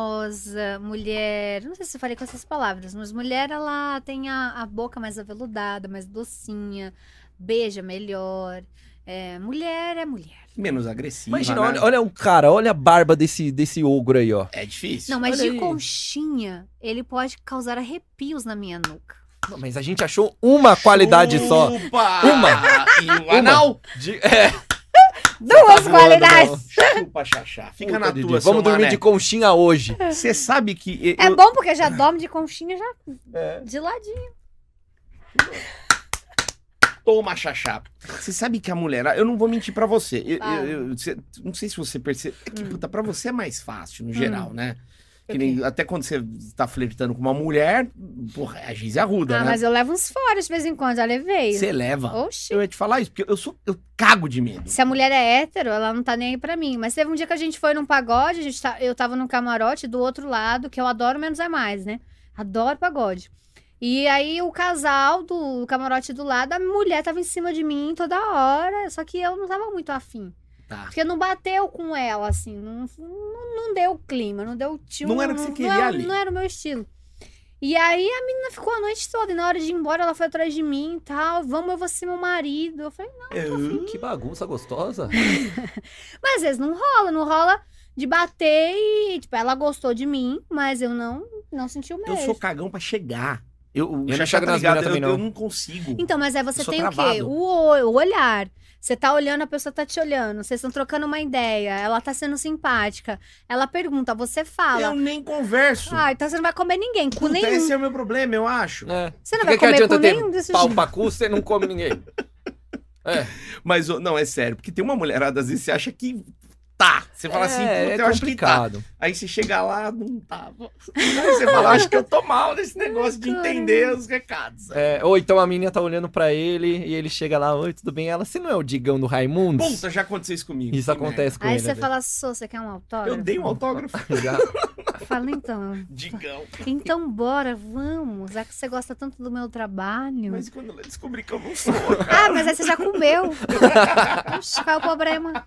Speaker 3: carinhosa, mulher. Não sei se eu falei com essas palavras, mas mulher ela tem a, a boca mais aveludada, mais docinha, beija melhor. É, mulher é mulher.
Speaker 1: Menos agressiva.
Speaker 2: Imagina,
Speaker 1: né?
Speaker 2: olha, olha um cara, olha a barba desse, desse ogro aí, ó.
Speaker 1: É difícil.
Speaker 3: Não, mas
Speaker 2: olha
Speaker 3: de
Speaker 2: aí.
Speaker 3: conchinha, ele pode causar arrepios na minha nuca.
Speaker 2: Não, mas a gente Hum, achou uma qualidade só.
Speaker 1: Chupa!
Speaker 2: Uma.
Speaker 1: E o anal.
Speaker 2: De- é,
Speaker 3: Duas
Speaker 2: tá voando,
Speaker 3: qualidades!
Speaker 2: Bel.
Speaker 1: Chupa, xaxá. Fica
Speaker 2: Puta,
Speaker 1: na
Speaker 2: Didi,
Speaker 1: tua,
Speaker 2: Vamos dormir de conchinha hoje.
Speaker 1: Você sabe que... eu-
Speaker 3: É bom porque já dorme de conchinha já de ladinho.
Speaker 1: Toma, xaxá. Você sabe que a mulher... Eu não vou mentir pra você. Eu,
Speaker 3: Fala.
Speaker 1: eu- eu- cê- não sei se você percebe... É que,
Speaker 3: Hum.
Speaker 1: puta, pra você é mais fácil, no geral, né? Que
Speaker 3: Eu
Speaker 1: nem- até quando você tá flertando com uma mulher, porra, é a Giz Arruda,
Speaker 3: Ah,
Speaker 1: né?
Speaker 3: mas eu levo uns fora de vez em quando, já levei.
Speaker 1: Você leva.
Speaker 3: Oxi.
Speaker 1: Eu ia te falar isso, porque eu sou... Eu cago de medo.
Speaker 3: Se a mulher é hétero, ela não tá nem aí pra mim. Mas teve um dia que a gente foi num pagode, a gente tá- eu tava num camarote do outro lado, que eu adoro menos é mais, né? Adoro pagode. E aí o casal do camarote do lado, a mulher tava em cima de mim toda hora, só que eu não tava muito afim.
Speaker 1: Tá.
Speaker 3: Porque não bateu com ela, assim, não, não, não deu o clima, não deu o tio.
Speaker 1: Não era o que você queria
Speaker 3: não,
Speaker 1: ali.
Speaker 3: Não era o meu estilo. E aí a menina ficou a noite toda, e na hora de ir embora ela foi atrás de mim e tal, vamos, eu vou ser meu marido. Eu falei,
Speaker 2: Que bagunça gostosa.
Speaker 3: Mas às vezes não rola, não rola de bater e, tipo, ela gostou de mim, mas eu não, não senti o mesmo.
Speaker 1: Eu sou cagão pra chegar. Eu,
Speaker 2: Eu
Speaker 1: já
Speaker 2: não chego nas
Speaker 1: ligado,
Speaker 2: minas também,
Speaker 1: eu,
Speaker 2: não.
Speaker 1: eu não consigo.
Speaker 3: Então, mas aí você
Speaker 1: Eu sou
Speaker 3: tem o quê?
Speaker 1: travado.
Speaker 3: O, o- o olhar. Você tá olhando, a pessoa tá te olhando. Vocês estão trocando uma ideia. Ela tá sendo simpática. Ela pergunta, você
Speaker 1: Eu
Speaker 3: fala.
Speaker 1: nem converso.
Speaker 3: Ah, então você não vai comer ninguém, cu
Speaker 1: Puta,
Speaker 3: nenhum.
Speaker 1: esse é o meu problema, eu acho.
Speaker 2: É.
Speaker 3: Você
Speaker 2: Por que
Speaker 3: não vai
Speaker 2: que
Speaker 3: comer
Speaker 2: adianta
Speaker 3: cu
Speaker 2: ter
Speaker 3: nenhum desse
Speaker 2: Pau
Speaker 3: jeito.
Speaker 2: pra cu, você não come ninguém.
Speaker 1: Mas, ô, não, é sério, porque tem uma mulherada, às vezes, você acha que tá. Você fala assim,
Speaker 2: É,
Speaker 1: puta, eu acho que tá. Aí você chega lá, não tá. Aí você fala, acho que eu tô mal nesse negócio de
Speaker 3: Caramba.
Speaker 1: entender os recados.
Speaker 2: É, ou então a menina tá olhando pra ele e ele chega lá, oi, tudo bem? Ela, você não é o Digão do Raimundo?
Speaker 1: Puta, já aconteceu isso comigo.
Speaker 2: Isso
Speaker 1: que merda.
Speaker 2: acontece com
Speaker 3: Aí
Speaker 2: ele.
Speaker 3: você
Speaker 2: né,
Speaker 3: fala, sou, você quer um autógrafo?
Speaker 1: Eu dei um autógrafo,
Speaker 2: velho? Já.
Speaker 3: Fala então.
Speaker 1: digão.
Speaker 3: Então bora, vamos. Já que você gosta tanto do meu trabalho.
Speaker 1: Mas quando ela descobri que eu não sou,
Speaker 3: Ah, mas aí você já comeu. Oxe, qual é o problema?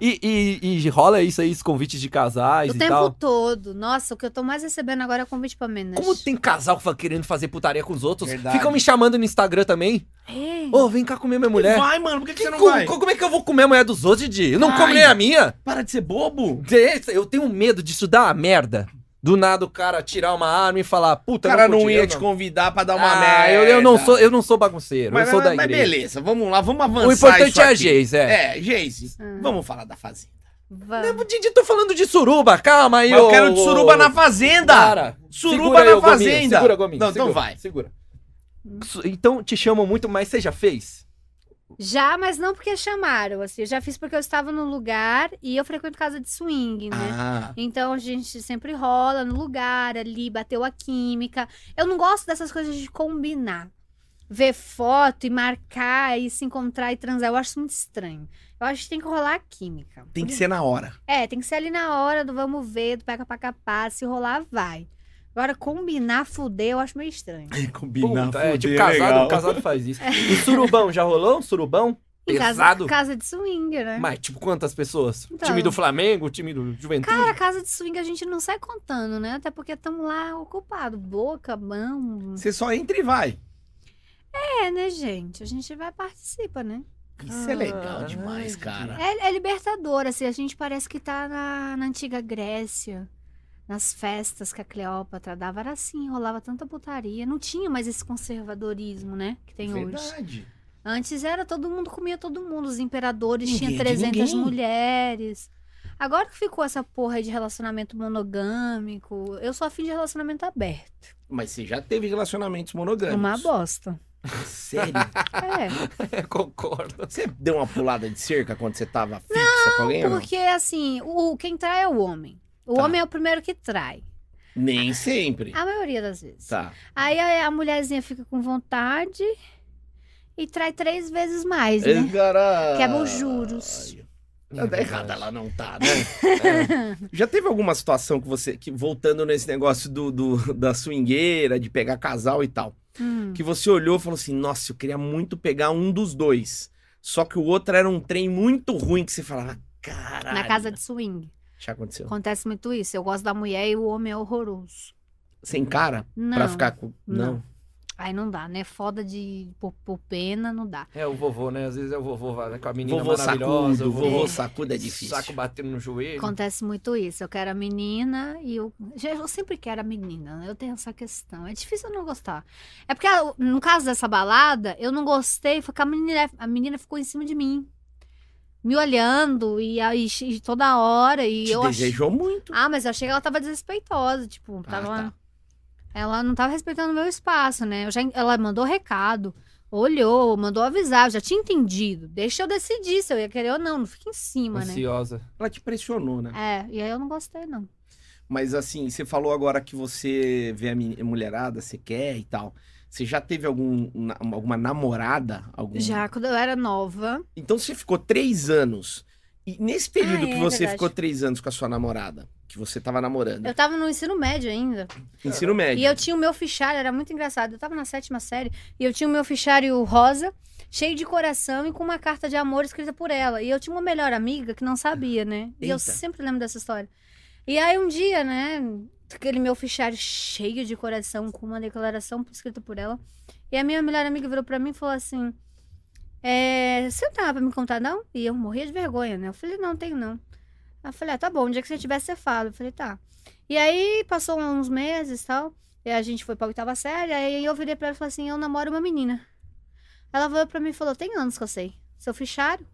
Speaker 2: E, e- e rola isso aí, os convites de casais
Speaker 3: o
Speaker 2: e
Speaker 3: tempo
Speaker 2: tal.
Speaker 3: todo. Nossa, o que eu tô mais recebendo agora é convite pra menos.
Speaker 2: Como tem casal que fa- querendo fazer putaria com os outros?
Speaker 1: Verdade.
Speaker 2: Ficam me chamando no Instagram também.
Speaker 3: É.
Speaker 2: Ô, vem cá comer minha mulher.
Speaker 1: vai, mano, por que, que você não
Speaker 2: Co-
Speaker 1: vai?
Speaker 2: co- Como é que eu vou comer a mulher dos outros, Didi? Eu não
Speaker 1: Vai.
Speaker 2: como nem a minha.
Speaker 1: Para de ser bobo.
Speaker 2: Eu tenho medo disso dar uma merda. Do nada o cara tirar uma arma e falar,
Speaker 1: O
Speaker 2: puta,
Speaker 1: cara não
Speaker 2: curti,
Speaker 1: ia
Speaker 2: eu
Speaker 1: te convidar pra dar uma
Speaker 2: ah,
Speaker 1: merda.
Speaker 2: Eu, eu não sou, eu não sou bagunceiro,
Speaker 1: Mas,
Speaker 2: eu sou da
Speaker 1: mas
Speaker 2: igreja.
Speaker 1: beleza, vamos lá, vamos avançar.
Speaker 2: o importante
Speaker 1: isso
Speaker 2: é a
Speaker 1: aqui.
Speaker 2: Geis, é.
Speaker 1: É, Geise,
Speaker 3: Hum.
Speaker 1: vamos falar da Fazenda.
Speaker 3: Vamos.
Speaker 2: O Didi tô falando de suruba, calma aí,
Speaker 1: É. Mas eu
Speaker 2: ô-
Speaker 1: quero de suruba na Fazenda!
Speaker 2: Cara,
Speaker 1: Suruba
Speaker 2: segura aí,
Speaker 1: na
Speaker 2: ô, Gominho,
Speaker 1: Fazenda!
Speaker 2: Segura, Gominho.
Speaker 1: Não, então
Speaker 2: segura,
Speaker 1: vai.
Speaker 2: Segura. Su- Então te chamam muito, mas você já fez?
Speaker 3: Já, mas não porque chamaram. Assim, eu já fiz porque eu estava no lugar e eu frequento casa de swing, né?
Speaker 1: Ah,
Speaker 3: Então a gente sempre rola no lugar ali, bateu a química. Eu não gosto dessas coisas de combinar. Ver foto e marcar e se encontrar e transar. Eu acho isso muito estranho. Eu acho que tem que rolar a química.
Speaker 1: tem que ser na hora.
Speaker 3: É, tem que ser ali na hora do vamos ver, do pega pra capar, se rolar, vai. Agora, combinar, fuder, eu acho meio estranho.
Speaker 1: Combinar,
Speaker 2: Puta, é,
Speaker 1: fuder,
Speaker 2: tipo, casado,
Speaker 1: legal. É.
Speaker 2: casado faz isso. E surubão, já rolou um surubão?
Speaker 3: Em
Speaker 2: Pesado?
Speaker 3: Casa, casa de swing,
Speaker 1: É.
Speaker 3: né?
Speaker 2: Mas, tipo, quantas pessoas?
Speaker 3: Então.
Speaker 2: Time do Flamengo, time do Juventude?
Speaker 3: Cara, casa de swing a gente não sai contando, né? Até porque estamos lá ocupado, boca, mão.
Speaker 1: Você só entra e vai.
Speaker 3: É, né, gente? A gente vai participa, né?
Speaker 1: Isso é legal
Speaker 2: Ah,
Speaker 1: demais, cara.
Speaker 3: É, é libertador, assim, a gente parece que tá na, na antiga Grécia. Nas festas que a Cleópatra dava, era assim, rolava tanta putaria. Não tinha mais esse conservadorismo, né? Que tem hoje.
Speaker 1: Verdade.
Speaker 3: Antes era todo mundo comia todo mundo, os imperadores
Speaker 1: Ninguém é
Speaker 3: tinham
Speaker 1: de
Speaker 3: 300
Speaker 1: ninguém.
Speaker 3: mulheres. Agora que ficou essa porra aí de relacionamento monogâmico, eu sou afim de relacionamento aberto.
Speaker 1: Mas você já teve relacionamentos monogâmicos.
Speaker 3: Uma bosta.
Speaker 1: Sério?
Speaker 3: É.
Speaker 2: Concordo.
Speaker 1: Você deu uma pulada de cerca quando você tava fixa com alguém? ou não?
Speaker 3: Porque assim, o quem trai é o homem. O
Speaker 1: É. Tá.
Speaker 3: homem é o primeiro que trai.
Speaker 1: Nem sempre.
Speaker 3: A maioria das vezes.
Speaker 1: Tá.
Speaker 3: Aí a, a mulherzinha fica com vontade e trai três vezes mais, né?
Speaker 1: Ei, Caralho.
Speaker 3: Quebra os juros.
Speaker 2: É
Speaker 1: Tá errada ela não tá, né? Já teve alguma situação que você, que voltando nesse negócio do, do- da swingueira, de pegar casal e tal,
Speaker 3: Hum.
Speaker 1: que você olhou e falou assim, nossa, eu queria muito pegar um dos dois. Só que o outro era um trem muito ruim que você falava, caralho.
Speaker 3: Na casa de swing.
Speaker 1: Já aconteceu.
Speaker 3: Acontece muito isso. Eu gosto da mulher e o homem é horroroso.
Speaker 1: Sem cara?
Speaker 3: Não.
Speaker 1: Pra ficar com... Não.
Speaker 3: Não. Aí não dá, né? Foda de. Por, por pena, não dá.
Speaker 2: É o vovô, né? Às vezes é o vovô vai, né? com a menina
Speaker 1: Vovô
Speaker 2: maravilhosa.
Speaker 1: sacudo,
Speaker 2: o
Speaker 1: vovô sacudo é difícil.
Speaker 2: saco batendo no joelho.
Speaker 3: Acontece muito isso. Eu quero a menina e eu. Já- Eu sempre quero a menina, né? Eu tenho essa questão. É difícil eu não gostar. É porque, ah, no caso dessa balada, eu não gostei, porque a menina, a menina ficou em cima de mim. Me olhando e, aí e toda hora. E
Speaker 1: Te
Speaker 3: eu achei.
Speaker 1: desejou muito.
Speaker 3: Ah, mas eu achei que ela tava desrespeitosa, tipo, tava.
Speaker 1: tá.
Speaker 3: Ela não tava respeitando o meu espaço, né? Eu já, ela mandou recado, olhou, mandou avisar, eu já tinha entendido. Deixa eu decidir se eu ia querer ou não, não fica em cima,
Speaker 1: né?
Speaker 2: Ansiosa.
Speaker 1: Ela te pressionou, né?
Speaker 3: né? É, e aí eu não gostei, não.
Speaker 1: Mas assim, você falou agora que você vê a meni- mulherada, você quer e tal. Você já teve algum, na- alguma namorada? Algum...
Speaker 3: Já quando eu era nova,
Speaker 1: Então você ficou três anos. E nesse período
Speaker 3: Ah, é
Speaker 1: que você
Speaker 3: verdade.
Speaker 1: ficou três anos com a sua namorada, que você tava namorando,
Speaker 3: eu tava no ensino médio ainda.
Speaker 1: ensino médio.
Speaker 3: E eu tinha o meu fichário, era muito engraçado. Eu tava na sétima série e eu tinha o meu fichário rosa, cheio de coração e com uma carta de amor escrita por ela. E eu tinha uma melhor amiga que não sabia, né? E eu
Speaker 1: Eita.
Speaker 3: sempre lembro dessa história. E aí um dia, né, aquele meu fichário cheio de coração com uma declaração escrita por ela. E a minha melhor amiga virou pra mim e falou assim: é, Você não tem nada pra me contar, não? E eu morria de vergonha, né? Eu falei: Não, tenho não. Ela falou: ah, Tá bom, o dia que você tiver, você fala. Eu falei: Tá. E aí passou uns meses e tal. E a gente foi pra oitava série. Aí eu virei pra ela e falei assim: Eu namoro uma menina. Ela veio pra mim e falou: Tem anos que eu sei. Seu fichário?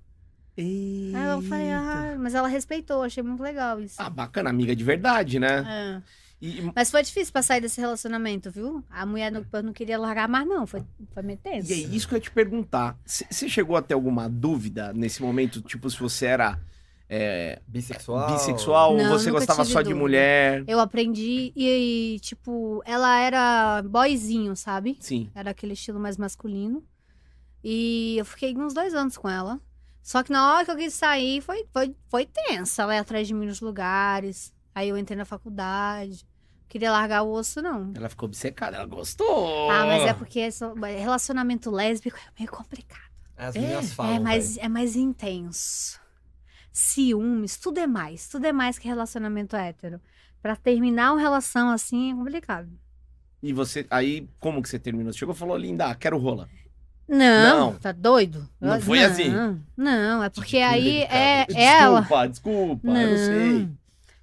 Speaker 3: Aí eu falei: Ah, mas ela respeitou, achei muito legal isso.
Speaker 1: Ah, bacana, amiga de verdade, né?
Speaker 3: É.
Speaker 1: E- e-
Speaker 3: Mas foi difícil pra sair desse relacionamento, viu? A mulher não, eu não queria largar mais, não. Foi, foi meio tenso.
Speaker 1: E é isso que eu ia te perguntar. C- Você chegou a ter alguma dúvida nesse momento? Tipo, se você era é,
Speaker 2: Bissexual.
Speaker 1: bissexual ou
Speaker 3: Não,
Speaker 1: você
Speaker 3: nunca
Speaker 1: gostava
Speaker 3: tive
Speaker 1: só de
Speaker 3: dúvida.
Speaker 1: mulher?
Speaker 3: Eu aprendi e, tipo, ela era boyzinho, sabe?
Speaker 1: Sim.
Speaker 3: Era aquele estilo mais masculino. E eu fiquei uns dois anos com ela. Só que na hora que eu quis sair, foi, foi, foi tensa. Ela ia atrás de mim nos lugares. Aí eu entrei na faculdade. Queria largar o osso, não.
Speaker 1: Ela ficou obcecada, ela gostou.
Speaker 3: Ah, mas é porque esse relacionamento lésbico é meio complicado.
Speaker 2: As
Speaker 1: É,
Speaker 2: meninas falam.
Speaker 3: é, mais, é mais intenso. Ciúmes, tudo é mais. Tudo é mais que relacionamento hétero. Pra terminar uma relação assim é complicado.
Speaker 1: E você, aí, como que você terminou? Você chegou e falou, linda, quero rola.
Speaker 3: Não,
Speaker 1: Não.
Speaker 3: tá doido?
Speaker 1: Não
Speaker 3: Eu-
Speaker 1: foi assim.
Speaker 3: Não, é porque
Speaker 1: Que
Speaker 3: aí
Speaker 1: delicado.
Speaker 3: é
Speaker 1: desculpa,
Speaker 3: ela.
Speaker 1: Desculpa, desculpa, eu não sei.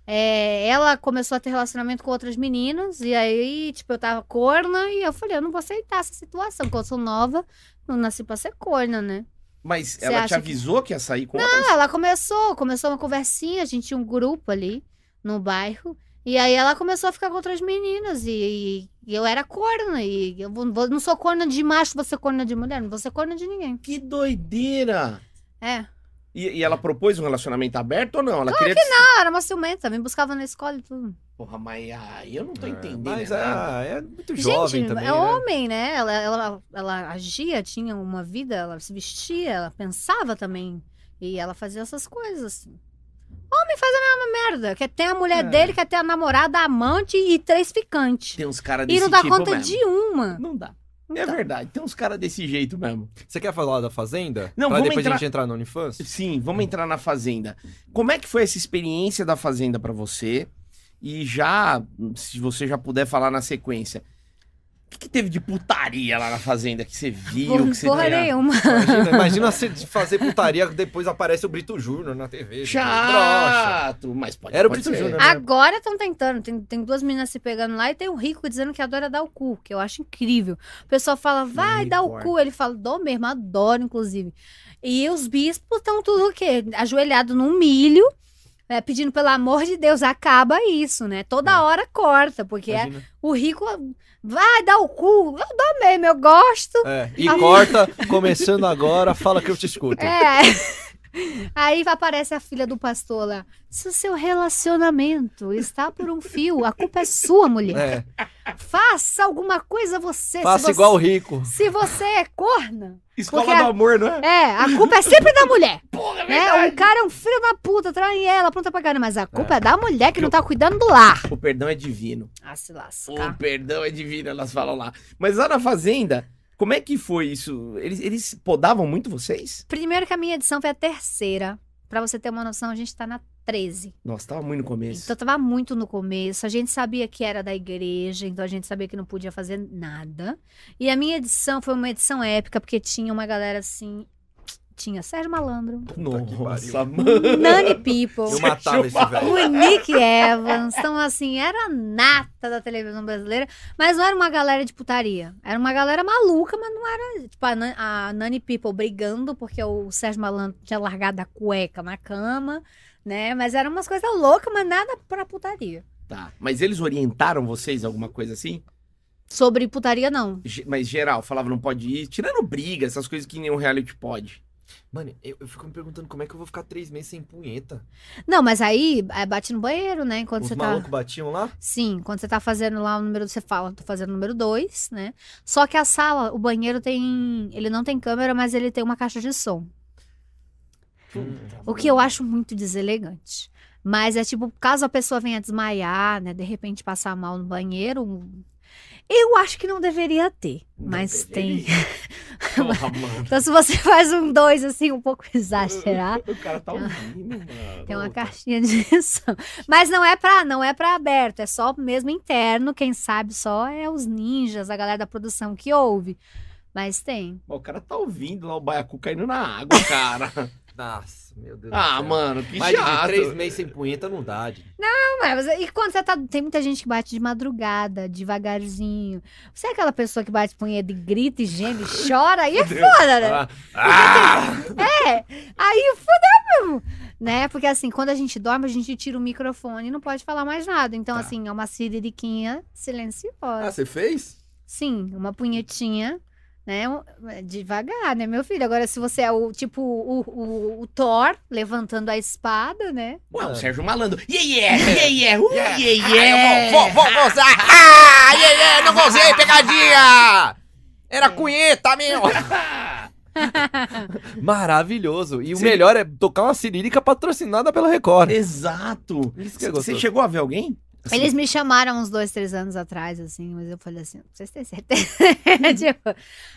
Speaker 3: É, ela começou a ter relacionamento com outras meninas, e aí, tipo, eu tava corna, e eu falei, eu não vou aceitar essa situação, porque eu sou nova, não nasci pra ser corna, né?
Speaker 1: Mas
Speaker 3: Você
Speaker 1: ela te
Speaker 3: acha que-
Speaker 1: avisou que... ia sair com
Speaker 3: Não, Ah, ela começou, começou uma conversinha, a gente tinha um grupo ali no bairro. E aí ela começou a ficar com outras meninas. E, e eu era corna. E eu vou- vou- não sou corna de macho, vou ser corna de mulher, não vou ser corna de ninguém.
Speaker 1: Que doideira!
Speaker 3: É.
Speaker 1: E, e ela propôs um relacionamento aberto ou não? Ela queria que, não.
Speaker 3: Ah, era uma ciumenta, me buscava na escola e tudo.
Speaker 1: Porra, mas aí eu não tô
Speaker 2: É,
Speaker 1: entendendo.
Speaker 2: Mas
Speaker 1: é nada.
Speaker 2: ah, é muito jovem
Speaker 3: gente,
Speaker 2: também.
Speaker 3: é
Speaker 2: né?
Speaker 3: homem, né? Ela, ela, ela agia, tinha uma vida, ela se vestia, ela pensava também. E ela fazia essas coisas, assim. Homem faz a mesma merda. Quer ter a mulher
Speaker 1: É.
Speaker 3: dele, quer ter a namorada, a amante e três ficantes.
Speaker 1: Tem uns caras
Speaker 3: E
Speaker 1: desse
Speaker 3: não dá
Speaker 1: tipo
Speaker 3: conta
Speaker 1: mesmo.
Speaker 3: de uma.
Speaker 1: Não dá. É
Speaker 3: Então.
Speaker 1: verdade, tem uns caras desse jeito mesmo.
Speaker 2: Você quer falar da Fazenda?
Speaker 1: Não,
Speaker 2: pra
Speaker 1: vamos
Speaker 2: depois
Speaker 1: entrar-
Speaker 2: a gente entrar no OnlyFans?
Speaker 1: Sim, vamos entrar na Fazenda. Como é que foi essa experiência da Fazenda pra você? E já, se você já puder falar na sequência, o que, que teve de putaria lá na Fazenda que você viu? Que você
Speaker 3: Porra
Speaker 1: tinha-
Speaker 3: nenhuma.
Speaker 2: Imagina, imagina você fazer putaria depois aparece o Brito Júnior na TV. brocha.
Speaker 1: Chato, mas pode
Speaker 2: Era o
Speaker 1: pode
Speaker 2: Brito
Speaker 1: ser.
Speaker 2: Júnior.
Speaker 3: Agora estão tentando. Tem, tem duas meninas se pegando lá e tem o rico dizendo que adora dar o cu, que eu acho incrível. O pessoal fala, vai dar o cu. Ele fala, dou mesmo, adoro, inclusive. E os bispos estão tudo o quê? Ajoelhado num milho, né, pedindo, pelo amor de Deus, acaba isso, né? Toda
Speaker 1: É.
Speaker 3: hora corta, porque é-
Speaker 2: Imagina.
Speaker 3: o rico vai dar o cu. Eu dou mesmo, eu gosto.
Speaker 2: É, E
Speaker 3: A-
Speaker 2: corta, começando agora, fala que eu te escuto.
Speaker 3: É. Aí aparece a filha do pastor lá. Se o seu relacionamento está por um fio, a culpa é sua, mulher.
Speaker 2: É,
Speaker 3: Faça alguma coisa você.
Speaker 2: faça
Speaker 3: se você,
Speaker 2: igual o Rico.
Speaker 3: Se você é corna,
Speaker 1: Escola
Speaker 3: Porque
Speaker 1: do
Speaker 3: a-
Speaker 1: amor, não é?
Speaker 3: é, a culpa é sempre da mulher.
Speaker 1: Porra, é
Speaker 3: Né?
Speaker 1: verdade.
Speaker 3: O cara é um filho da puta, trai ela, pronta pra caramba. Mas a culpa é. da mulher que não tá cuidando do lar.
Speaker 1: O perdão é divino.
Speaker 3: Ah, se
Speaker 1: O
Speaker 3: lascar.
Speaker 1: perdão é divino, elas falam lá. Mas lá na Fazenda, como é que foi isso? Eles, eles podavam muito vocês?
Speaker 3: Primeiro que a minha edição foi a terceira. Pra você ter uma noção, a gente tá na 13.
Speaker 1: Nossa, tava muito no começo.
Speaker 3: Então tava muito no começo, a gente sabia que era da igreja, então a gente sabia que não podia fazer nada. E a minha edição foi uma edição épica, porque tinha uma galera assim. Tinha Sérgio Malandro,
Speaker 2: que
Speaker 1: Nossa,
Speaker 2: pariu.
Speaker 1: mano.
Speaker 3: Nani People,
Speaker 2: Eu matava esse velho.
Speaker 3: o Nick Evans. Então, assim, era a nata da televisão brasileira, mas não era uma galera de putaria. Era uma galera maluca, mas não era. Tipo, a, Nan- a Nani People brigando, porque o Sérgio Malandro tinha largado a cueca na cama, né? Mas eram umas coisas loucas, mas nada pra putaria.
Speaker 1: Tá. Mas eles orientaram vocês alguma coisa assim?
Speaker 3: Sobre putaria, não.
Speaker 1: Ge- Mas geral, falavam não pode ir, tirando briga, essas coisas que nenhum reality pode.
Speaker 2: Mano, eu, eu fico me perguntando como é que eu vou ficar três meses sem punheta.
Speaker 3: Não, mas aí é, bate no banheiro, né? Enquanto
Speaker 2: Os
Speaker 3: você
Speaker 2: malucos
Speaker 3: tá.
Speaker 2: batiam lá?
Speaker 3: Sim, quando você tá fazendo lá o número, você fala, tô fazendo o número 2, né? Só que a sala, o banheiro tem. Ele não tem câmera, mas ele tem uma caixa de som. O que
Speaker 1: Hum.
Speaker 2: Uhum.
Speaker 3: eu acho muito deselegante. Mas é tipo, caso a pessoa venha desmaiar, né? De repente passar mal no banheiro. Eu acho que não deveria ter, mas tem.
Speaker 1: tem. Porra, mano.
Speaker 3: Então, se você faz um dois, assim, um pouco exagerado,
Speaker 1: O cara tá ouvindo, mano.
Speaker 3: Tem uma
Speaker 2: Puta.
Speaker 3: caixinha de som. Mas não é pra, não é pra aberto, é só mesmo interno, quem sabe só é os ninjas, a galera da produção que ouve. Mas tem.
Speaker 1: O cara tá ouvindo lá o baiacu caindo na água, cara.
Speaker 2: Nossa, meu Deus do
Speaker 1: ah,
Speaker 2: céu.
Speaker 1: mano, que
Speaker 2: Mais de
Speaker 1: chato.
Speaker 2: três meses sem punheta não dá. gente.
Speaker 3: Não é, mas e quando você tá, tem muita gente que bate de madrugada, devagarzinho. Você é aquela pessoa que bate punheta e grita e geme, e chora, aí é foda, né?
Speaker 2: Ah, ah!
Speaker 3: É, aí fudeu mesmo. Né? Porque assim, quando a gente dorme, a gente tira o microfone e não pode falar mais nada. Então,
Speaker 2: Tá.
Speaker 3: assim, é uma siririquinha silenciosa.
Speaker 2: Ah, você fez?
Speaker 3: Sim, uma punhetinha, né? um- Devagar, né, meu filho? Agora, se você é o tipo o, o, o Thor levantando a espada, né?
Speaker 1: Ué, o
Speaker 2: Mano.
Speaker 1: Sérgio Malandro. Yeah, yeah, yeah, yeah, uh, yeah, yeah.
Speaker 2: gozar! Ah, yeah, yeah, não gozei, pegadinha!
Speaker 3: É.
Speaker 2: Era punheta, meu! Maravilhoso. E o
Speaker 1: Sim.
Speaker 2: melhor é tocar uma cirílica patrocinada pela Record.
Speaker 1: Exato.
Speaker 2: Isso que é
Speaker 1: Você
Speaker 2: gostoso.
Speaker 1: chegou a ver alguém? Assim,
Speaker 3: Eles me chamaram uns dois, três anos atrás, assim, mas eu falei assim, vocês têm certeza?
Speaker 2: Uhum.
Speaker 3: tipo,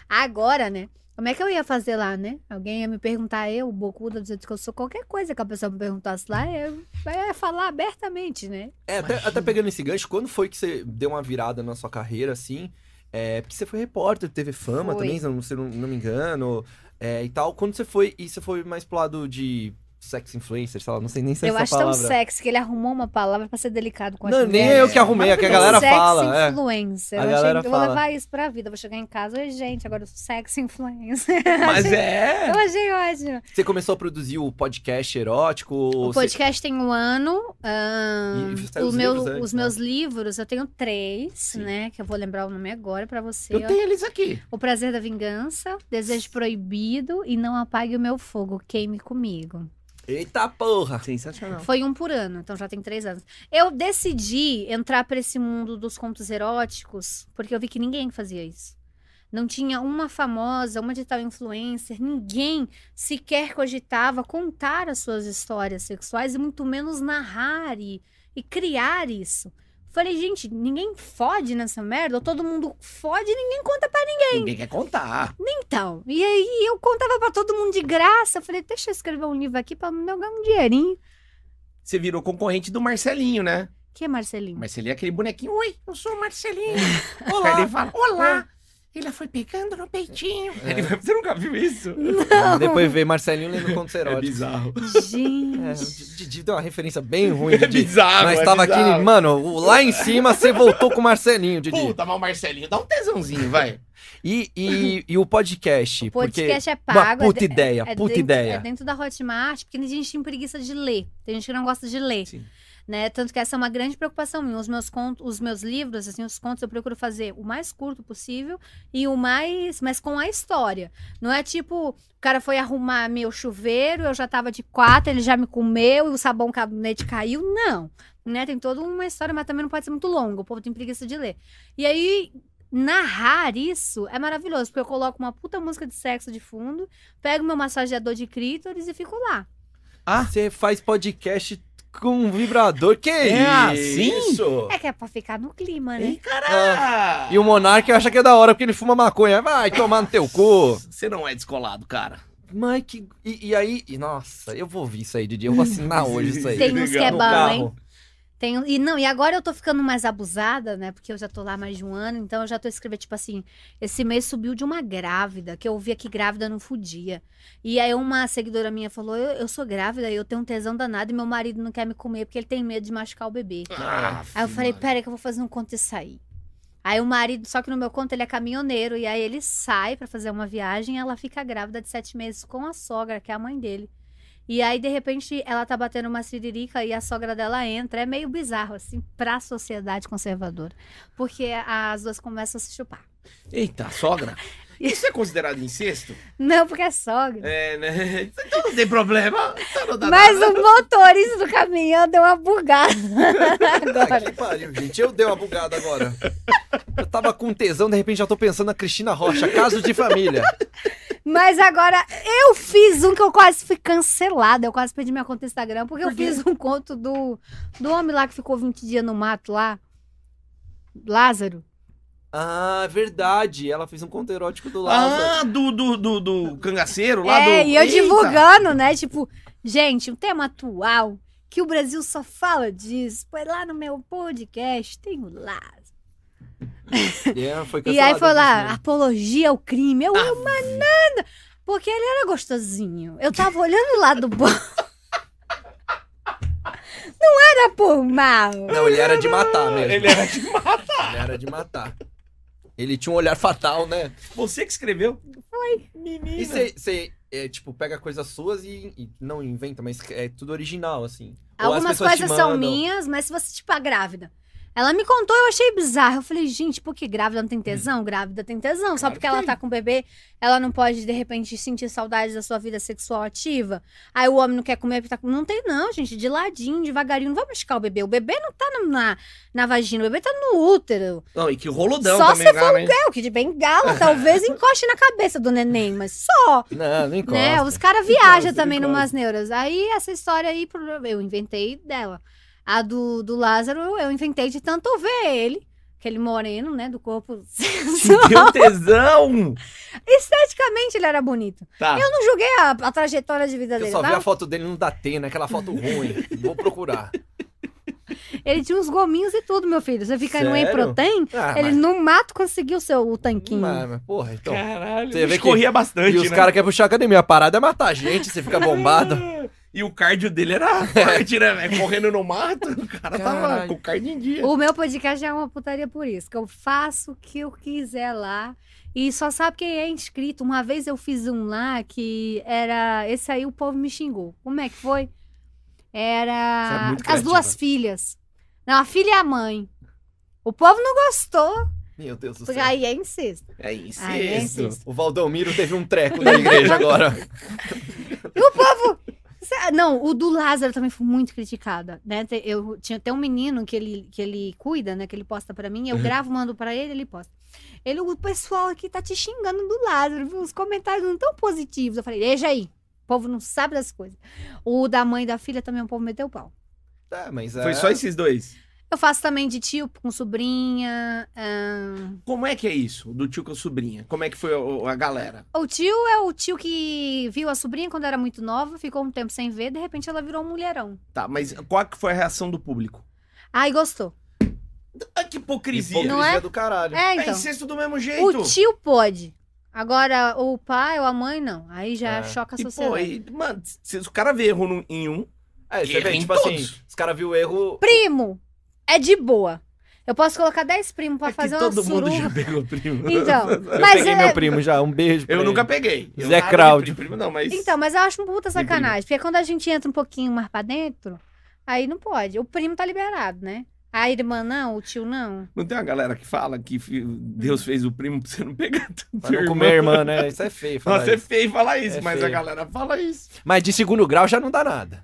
Speaker 3: agora, né? Como é que eu ia fazer lá, né? Alguém ia me perguntar, eu, bocuda, do jeito que eu sou, qualquer coisa que a pessoa me perguntasse lá, eu eu ia falar abertamente, né?
Speaker 2: É, até, até pegando esse gancho, quando foi que você deu uma virada na sua carreira, assim? É, porque você foi repórter, teve fama
Speaker 3: Foi.
Speaker 2: também, se eu não, se eu não- não me engano, é, e tal. Quando você foi, e você foi mais pro lado de sex influencer, sei lá, não sei nem se é
Speaker 3: eu
Speaker 2: essa
Speaker 3: acho
Speaker 2: palavra.
Speaker 3: tão sexy que ele arrumou uma palavra pra ser delicado com as
Speaker 2: Não, nem
Speaker 3: mulheres.
Speaker 2: eu que arrumei, é que a galera
Speaker 3: sex
Speaker 2: fala. é.
Speaker 3: influencer.
Speaker 2: A
Speaker 3: eu, achei-
Speaker 2: galera
Speaker 3: eu vou
Speaker 2: fala.
Speaker 3: levar isso pra vida. Eu vou chegar em casa, oi, gente, agora eu sou sex influencer.
Speaker 1: Mas é.
Speaker 3: Eu achei ótimo.
Speaker 2: Você começou a produzir o podcast erótico?
Speaker 3: o podcast tem um ano. ahn,
Speaker 2: E saiu
Speaker 3: o
Speaker 2: os
Speaker 3: meu-
Speaker 2: livros antes,
Speaker 3: os
Speaker 2: né?
Speaker 3: meus livros, eu tenho três,
Speaker 2: Sim.
Speaker 3: né? Que eu vou lembrar o nome agora pra você.
Speaker 1: Eu
Speaker 3: ó.
Speaker 1: tenho eles aqui.
Speaker 3: O Prazer da Vingança, Desejo Proibido e Não Apague o Meu Fogo, Queime Comigo.
Speaker 2: Eita porra!
Speaker 1: Sensacional.
Speaker 3: Foi um por ano, então já tem três anos. Eu decidi entrar pra esse mundo dos contos eróticos porque eu vi que ninguém fazia isso. Não tinha uma famosa, uma digital influencer, ninguém sequer cogitava contar as suas histórias sexuais e muito menos narrar e, e criar isso. Falei, gente, ninguém fode nessa merda, ou todo mundo fode e ninguém conta pra
Speaker 1: Ninguém quer contar.
Speaker 3: então, e aí eu contava pra todo mundo de graça. Eu Falei, deixa eu escrever um livro aqui pra me ganhar um dinheirinho.
Speaker 1: Você virou concorrente do Marcelinho, né?
Speaker 3: Que é Marcelinho?
Speaker 1: Marcelinho é aquele bonequinho. Oi, eu sou o Marcelinho. Aí ele
Speaker 2: Olá!
Speaker 1: fala, olá. Ele foi pegando no peitinho. Ele vai- Você nunca viu isso?
Speaker 2: Depois vê Marcelinho lendo contos
Speaker 1: É
Speaker 2: eróticos.
Speaker 1: bizarro.
Speaker 3: Gente.
Speaker 2: É, o Didi deu uma referência bem ruim,
Speaker 1: É
Speaker 2: Didi.
Speaker 1: bizarro.
Speaker 2: Mas
Speaker 1: é
Speaker 2: tava aqui,
Speaker 1: bizarro.
Speaker 2: mano, lá em cima você voltou com o Marcelinho, Didi.
Speaker 1: Puta, mas o Marcelinho dá um tesãozinho, vai.
Speaker 2: E, e, e o podcast?
Speaker 3: Podcast é
Speaker 2: porque... Uma
Speaker 3: pago. é
Speaker 2: puta
Speaker 3: de-
Speaker 2: ideia,
Speaker 3: é
Speaker 2: puta
Speaker 3: dentro,
Speaker 2: ideia.
Speaker 3: É dentro da Hotmart, porque tem gente que tem preguiça de ler. Tem gente que não gosta de ler.
Speaker 1: Sim.
Speaker 3: Né? Tanto que essa é uma grande preocupação minha. Os meus contos, os meus livros, assim, os contos eu procuro fazer o mais curto possível e o mais, mas com a história. Não é tipo, o cara foi arrumar meu chuveiro, eu já tava de quatro, ele já me comeu e o sabão cabinete caiu. Não. Né? Tem toda uma história, mas também não pode ser muito longo. O povo tem preguiça de ler. E aí, narrar isso é maravilhoso, porque eu coloco uma puta música de sexo de fundo, pego meu massageador de clítoris e fico lá.
Speaker 2: Ah, você faz podcast com um vibrador. Que
Speaker 1: É
Speaker 2: isso?
Speaker 3: É que é pra ficar no clima, né?
Speaker 1: Ei, caralho.
Speaker 2: E o Monark acha que é da hora porque ele fuma maconha. Vai tomar no teu cu.
Speaker 1: Você não é descolado, cara.
Speaker 2: Mas que. E, e aí. e Nossa, eu vou ouvir isso aí, Didi. Eu vou assinar Ah, hoje isso aí.
Speaker 3: Tem uns que é
Speaker 1: legal.
Speaker 2: No
Speaker 3: bom, hein?
Speaker 2: carro.
Speaker 3: Tem, e não, e agora eu tô ficando mais abusada, né? Porque eu já tô lá mais de um ano, então eu já tô escrevendo, tipo assim, esse mês subiu de uma grávida, que eu via que grávida não fudia. E aí uma seguidora minha falou: Eu, eu sou grávida, eu tenho um tesão danado e meu marido não quer me comer porque ele tem medo de machucar o bebê.
Speaker 1: Ah,
Speaker 3: Aí eu falei,
Speaker 1: mano.
Speaker 3: peraí que eu vou fazer um conto e sair. Aí o marido, só que no meu conto ele é caminhoneiro, e aí ele sai pra fazer uma viagem, e ela fica grávida de sete meses com a sogra, que é a mãe dele. E aí, de repente, ela tá batendo uma siririca e a sogra dela entra. É meio bizarro, assim, pra sociedade conservadora. Porque as duas começam a se chupar.
Speaker 1: Eita, sogra. Isso é considerado incesto?
Speaker 3: Não, porque é sogra.
Speaker 1: É, né? Então não tem problema. Então não dá
Speaker 3: Mas
Speaker 1: nada.
Speaker 3: o motorista do caminhão deu uma bugada
Speaker 2: Puta
Speaker 3: agora.
Speaker 2: que pariu, gente. Eu dei uma bugada agora. Eu tava com tesão, de repente já tô pensando na Cristina Rocha, caso de família.
Speaker 3: Mas agora, eu fiz um que eu quase fui cancelada. Eu quase perdi minha conta no Instagram, porque eu fiz um conto do, do homem lá que ficou 20 dias no mato lá. Lázaro.
Speaker 2: Ah, verdade. Ela fez um conto erótico do lado.
Speaker 1: Ah, do, do, do, do cangaceiro lá
Speaker 3: é,
Speaker 1: do.
Speaker 3: e eu
Speaker 1: Eita.
Speaker 3: divulgando, né? Tipo, gente, o tema atual, que o Brasil só fala disso. Foi lá no meu podcast, tem o Lázaro.
Speaker 2: E, ela foi
Speaker 3: E aí
Speaker 2: cancelada,
Speaker 3: foi lá,
Speaker 2: gente.
Speaker 3: apologia ao crime. Eu, eu manada. Porque ele era gostosinho. Eu tava olhando o lado bom. Não era por mal.
Speaker 2: Não, ele era de matar mesmo.
Speaker 1: Ele era tipo de matar.
Speaker 2: Ele era de matar. Ele tinha um olhar fatal, né?
Speaker 1: Você que escreveu? Foi. Menina.
Speaker 2: E você, tipo, pega coisas suas e, e não inventa, mas é tudo original, assim. Ou as
Speaker 3: Algumas
Speaker 2: pessoas te
Speaker 3: coisas são
Speaker 2: mandam.
Speaker 3: minhas, mas se você, tipo, a grávida. Ela me contou, eu achei bizarro. Eu falei, gente, por que grávida não tem
Speaker 2: Hum.
Speaker 3: tesão? Grávida tem tesão. Só
Speaker 1: Claro
Speaker 3: porque
Speaker 1: que
Speaker 3: ela
Speaker 1: tem.
Speaker 3: tá com bebê, ela não pode, de repente, sentir saudades da sua vida sexual ativa. Aí o homem não quer comer porque tá com. Não tem, não, gente. De ladinho, devagarinho. Não vai machucar o bebê. O bebê não tá na, na, na vagina, o bebê tá no útero.
Speaker 1: Não, e que rolodão
Speaker 3: Só
Speaker 1: também,
Speaker 3: se
Speaker 1: cara,
Speaker 2: né?
Speaker 1: hein?
Speaker 3: É, o que de bengala, talvez encoste na cabeça do neném, mas só.
Speaker 2: Não, não encosta.
Speaker 3: Né? Os
Speaker 2: Então,
Speaker 3: caras viajam
Speaker 2: Encosta,
Speaker 3: também
Speaker 2: encosta.
Speaker 3: numas neuras. Aí essa história aí, pro- eu inventei dela. A do, do Lázaro, eu inventei de tanto ver ele. Aquele moreno, né? Do corpo sensual.
Speaker 1: Te deu tesão.
Speaker 3: Esteticamente ele era bonito.
Speaker 1: Tá.
Speaker 3: Eu não julguei a, a trajetória de vida
Speaker 2: Eu
Speaker 3: dele.
Speaker 2: só vi
Speaker 3: tá?
Speaker 2: a foto dele no Datena, aquela foto ruim. Vou procurar.
Speaker 3: Ele tinha uns gominhos e tudo, meu filho. Você fica no whey
Speaker 2: Sério?
Speaker 3: protein,
Speaker 2: Ah,
Speaker 3: ele
Speaker 2: mas-
Speaker 3: no mato conseguiu seu, o tanquinho.
Speaker 2: mas, mas, porra, então.
Speaker 1: Caralho.
Speaker 2: Você vê
Speaker 1: Ele corria bastante,
Speaker 2: E os
Speaker 1: né?
Speaker 2: caras querem puxar a academia. A parada é matar a gente, você fica bombado.
Speaker 1: E o cardio dele era forte, né, velho? Correndo no mato, o cara tava
Speaker 2: Caralho.
Speaker 1: com o cardio em dia.
Speaker 3: O meu podcast é uma putaria por isso, que eu faço o que eu quiser lá. E só sabe quem é inscrito. Uma vez eu fiz um lá que era. Esse aí o povo me xingou. Como é que foi?
Speaker 2: Você é
Speaker 3: Era.
Speaker 2: muito
Speaker 3: As duas filhas. Não, a filha e a mãe. O povo não gostou,
Speaker 2: Meu Deus do
Speaker 3: porque
Speaker 2: céu.
Speaker 3: aí é incesto.
Speaker 1: É isso.
Speaker 3: Ah, é isso.
Speaker 2: O Valdomiro teve um treco na igreja agora.
Speaker 3: E o povo. Cê- Não, o do Lázaro também foi muito criticado, né? Te- Eu tinha até um menino que ele, que ele cuida, né? Que ele posta pra mim, eu gravo, mando pra ele, ele posta. Ele, o pessoal aqui tá te xingando do lado, viu? Os comentários não tão positivos. Eu falei, deixa aí. O povo não sabe das coisas. O da mãe e da filha também, o povo meteu o pau.
Speaker 2: É, mas é...
Speaker 1: Foi só esses dois.
Speaker 3: Eu faço também de tio com sobrinha. ah, ahn,
Speaker 1: Como é que é isso? Do tio com a sobrinha? Como é que foi a, a galera?
Speaker 3: O tio é o tio que viu a sobrinha quando era muito nova, ficou um tempo sem ver, de repente ela virou um mulherão.
Speaker 1: Tá, mas qual que foi a reação do público?
Speaker 3: Ai, gostou.
Speaker 1: Ah, que hipocrisia.
Speaker 2: Hipocrisia
Speaker 3: Não é?
Speaker 2: do caralho.
Speaker 3: É,
Speaker 1: É
Speaker 3: então.
Speaker 1: incesto do mesmo jeito.
Speaker 3: O tio pode. Agora, o pai ou a mãe, não. Aí já
Speaker 2: É.
Speaker 3: choca a
Speaker 1: E, pô,
Speaker 3: sociedade.
Speaker 1: e, mano, se o cara vê erro no- em um,
Speaker 2: É, você
Speaker 1: Erra
Speaker 2: vê,
Speaker 1: em
Speaker 2: tipo
Speaker 1: todos.
Speaker 2: assim, os caras viram o erro...
Speaker 3: Primo é de boa. Eu posso colocar 10 primos pra
Speaker 1: é que
Speaker 3: fazer uma
Speaker 1: todo
Speaker 3: suruba.
Speaker 1: mundo já pegou primo.
Speaker 3: Então,
Speaker 2: Eu
Speaker 3: mas
Speaker 2: peguei
Speaker 3: é-
Speaker 2: meu primo já, um beijo pra
Speaker 1: Eu
Speaker 2: ele.
Speaker 1: nunca peguei. Eu
Speaker 2: Zé
Speaker 1: nada de
Speaker 2: Cláudio.
Speaker 1: Primo, primo não, mas...
Speaker 3: Então, mas eu acho uma puta
Speaker 1: primo.
Speaker 3: sacanagem. Porque quando a gente entra um pouquinho mais pra dentro, aí não pode. O primo tá liberado, né? A irmã não, o tio não.
Speaker 1: Não tem uma galera que fala que fi- Deus fez o primo pra você não pegar tanto
Speaker 2: Pra não comer a irmã, né? Isso é feio falar
Speaker 1: Nossa, é
Speaker 2: isso.
Speaker 1: feio falar isso,
Speaker 2: É
Speaker 1: mas a
Speaker 2: feio.
Speaker 1: galera fala isso.
Speaker 2: Mas de segundo grau já não dá nada.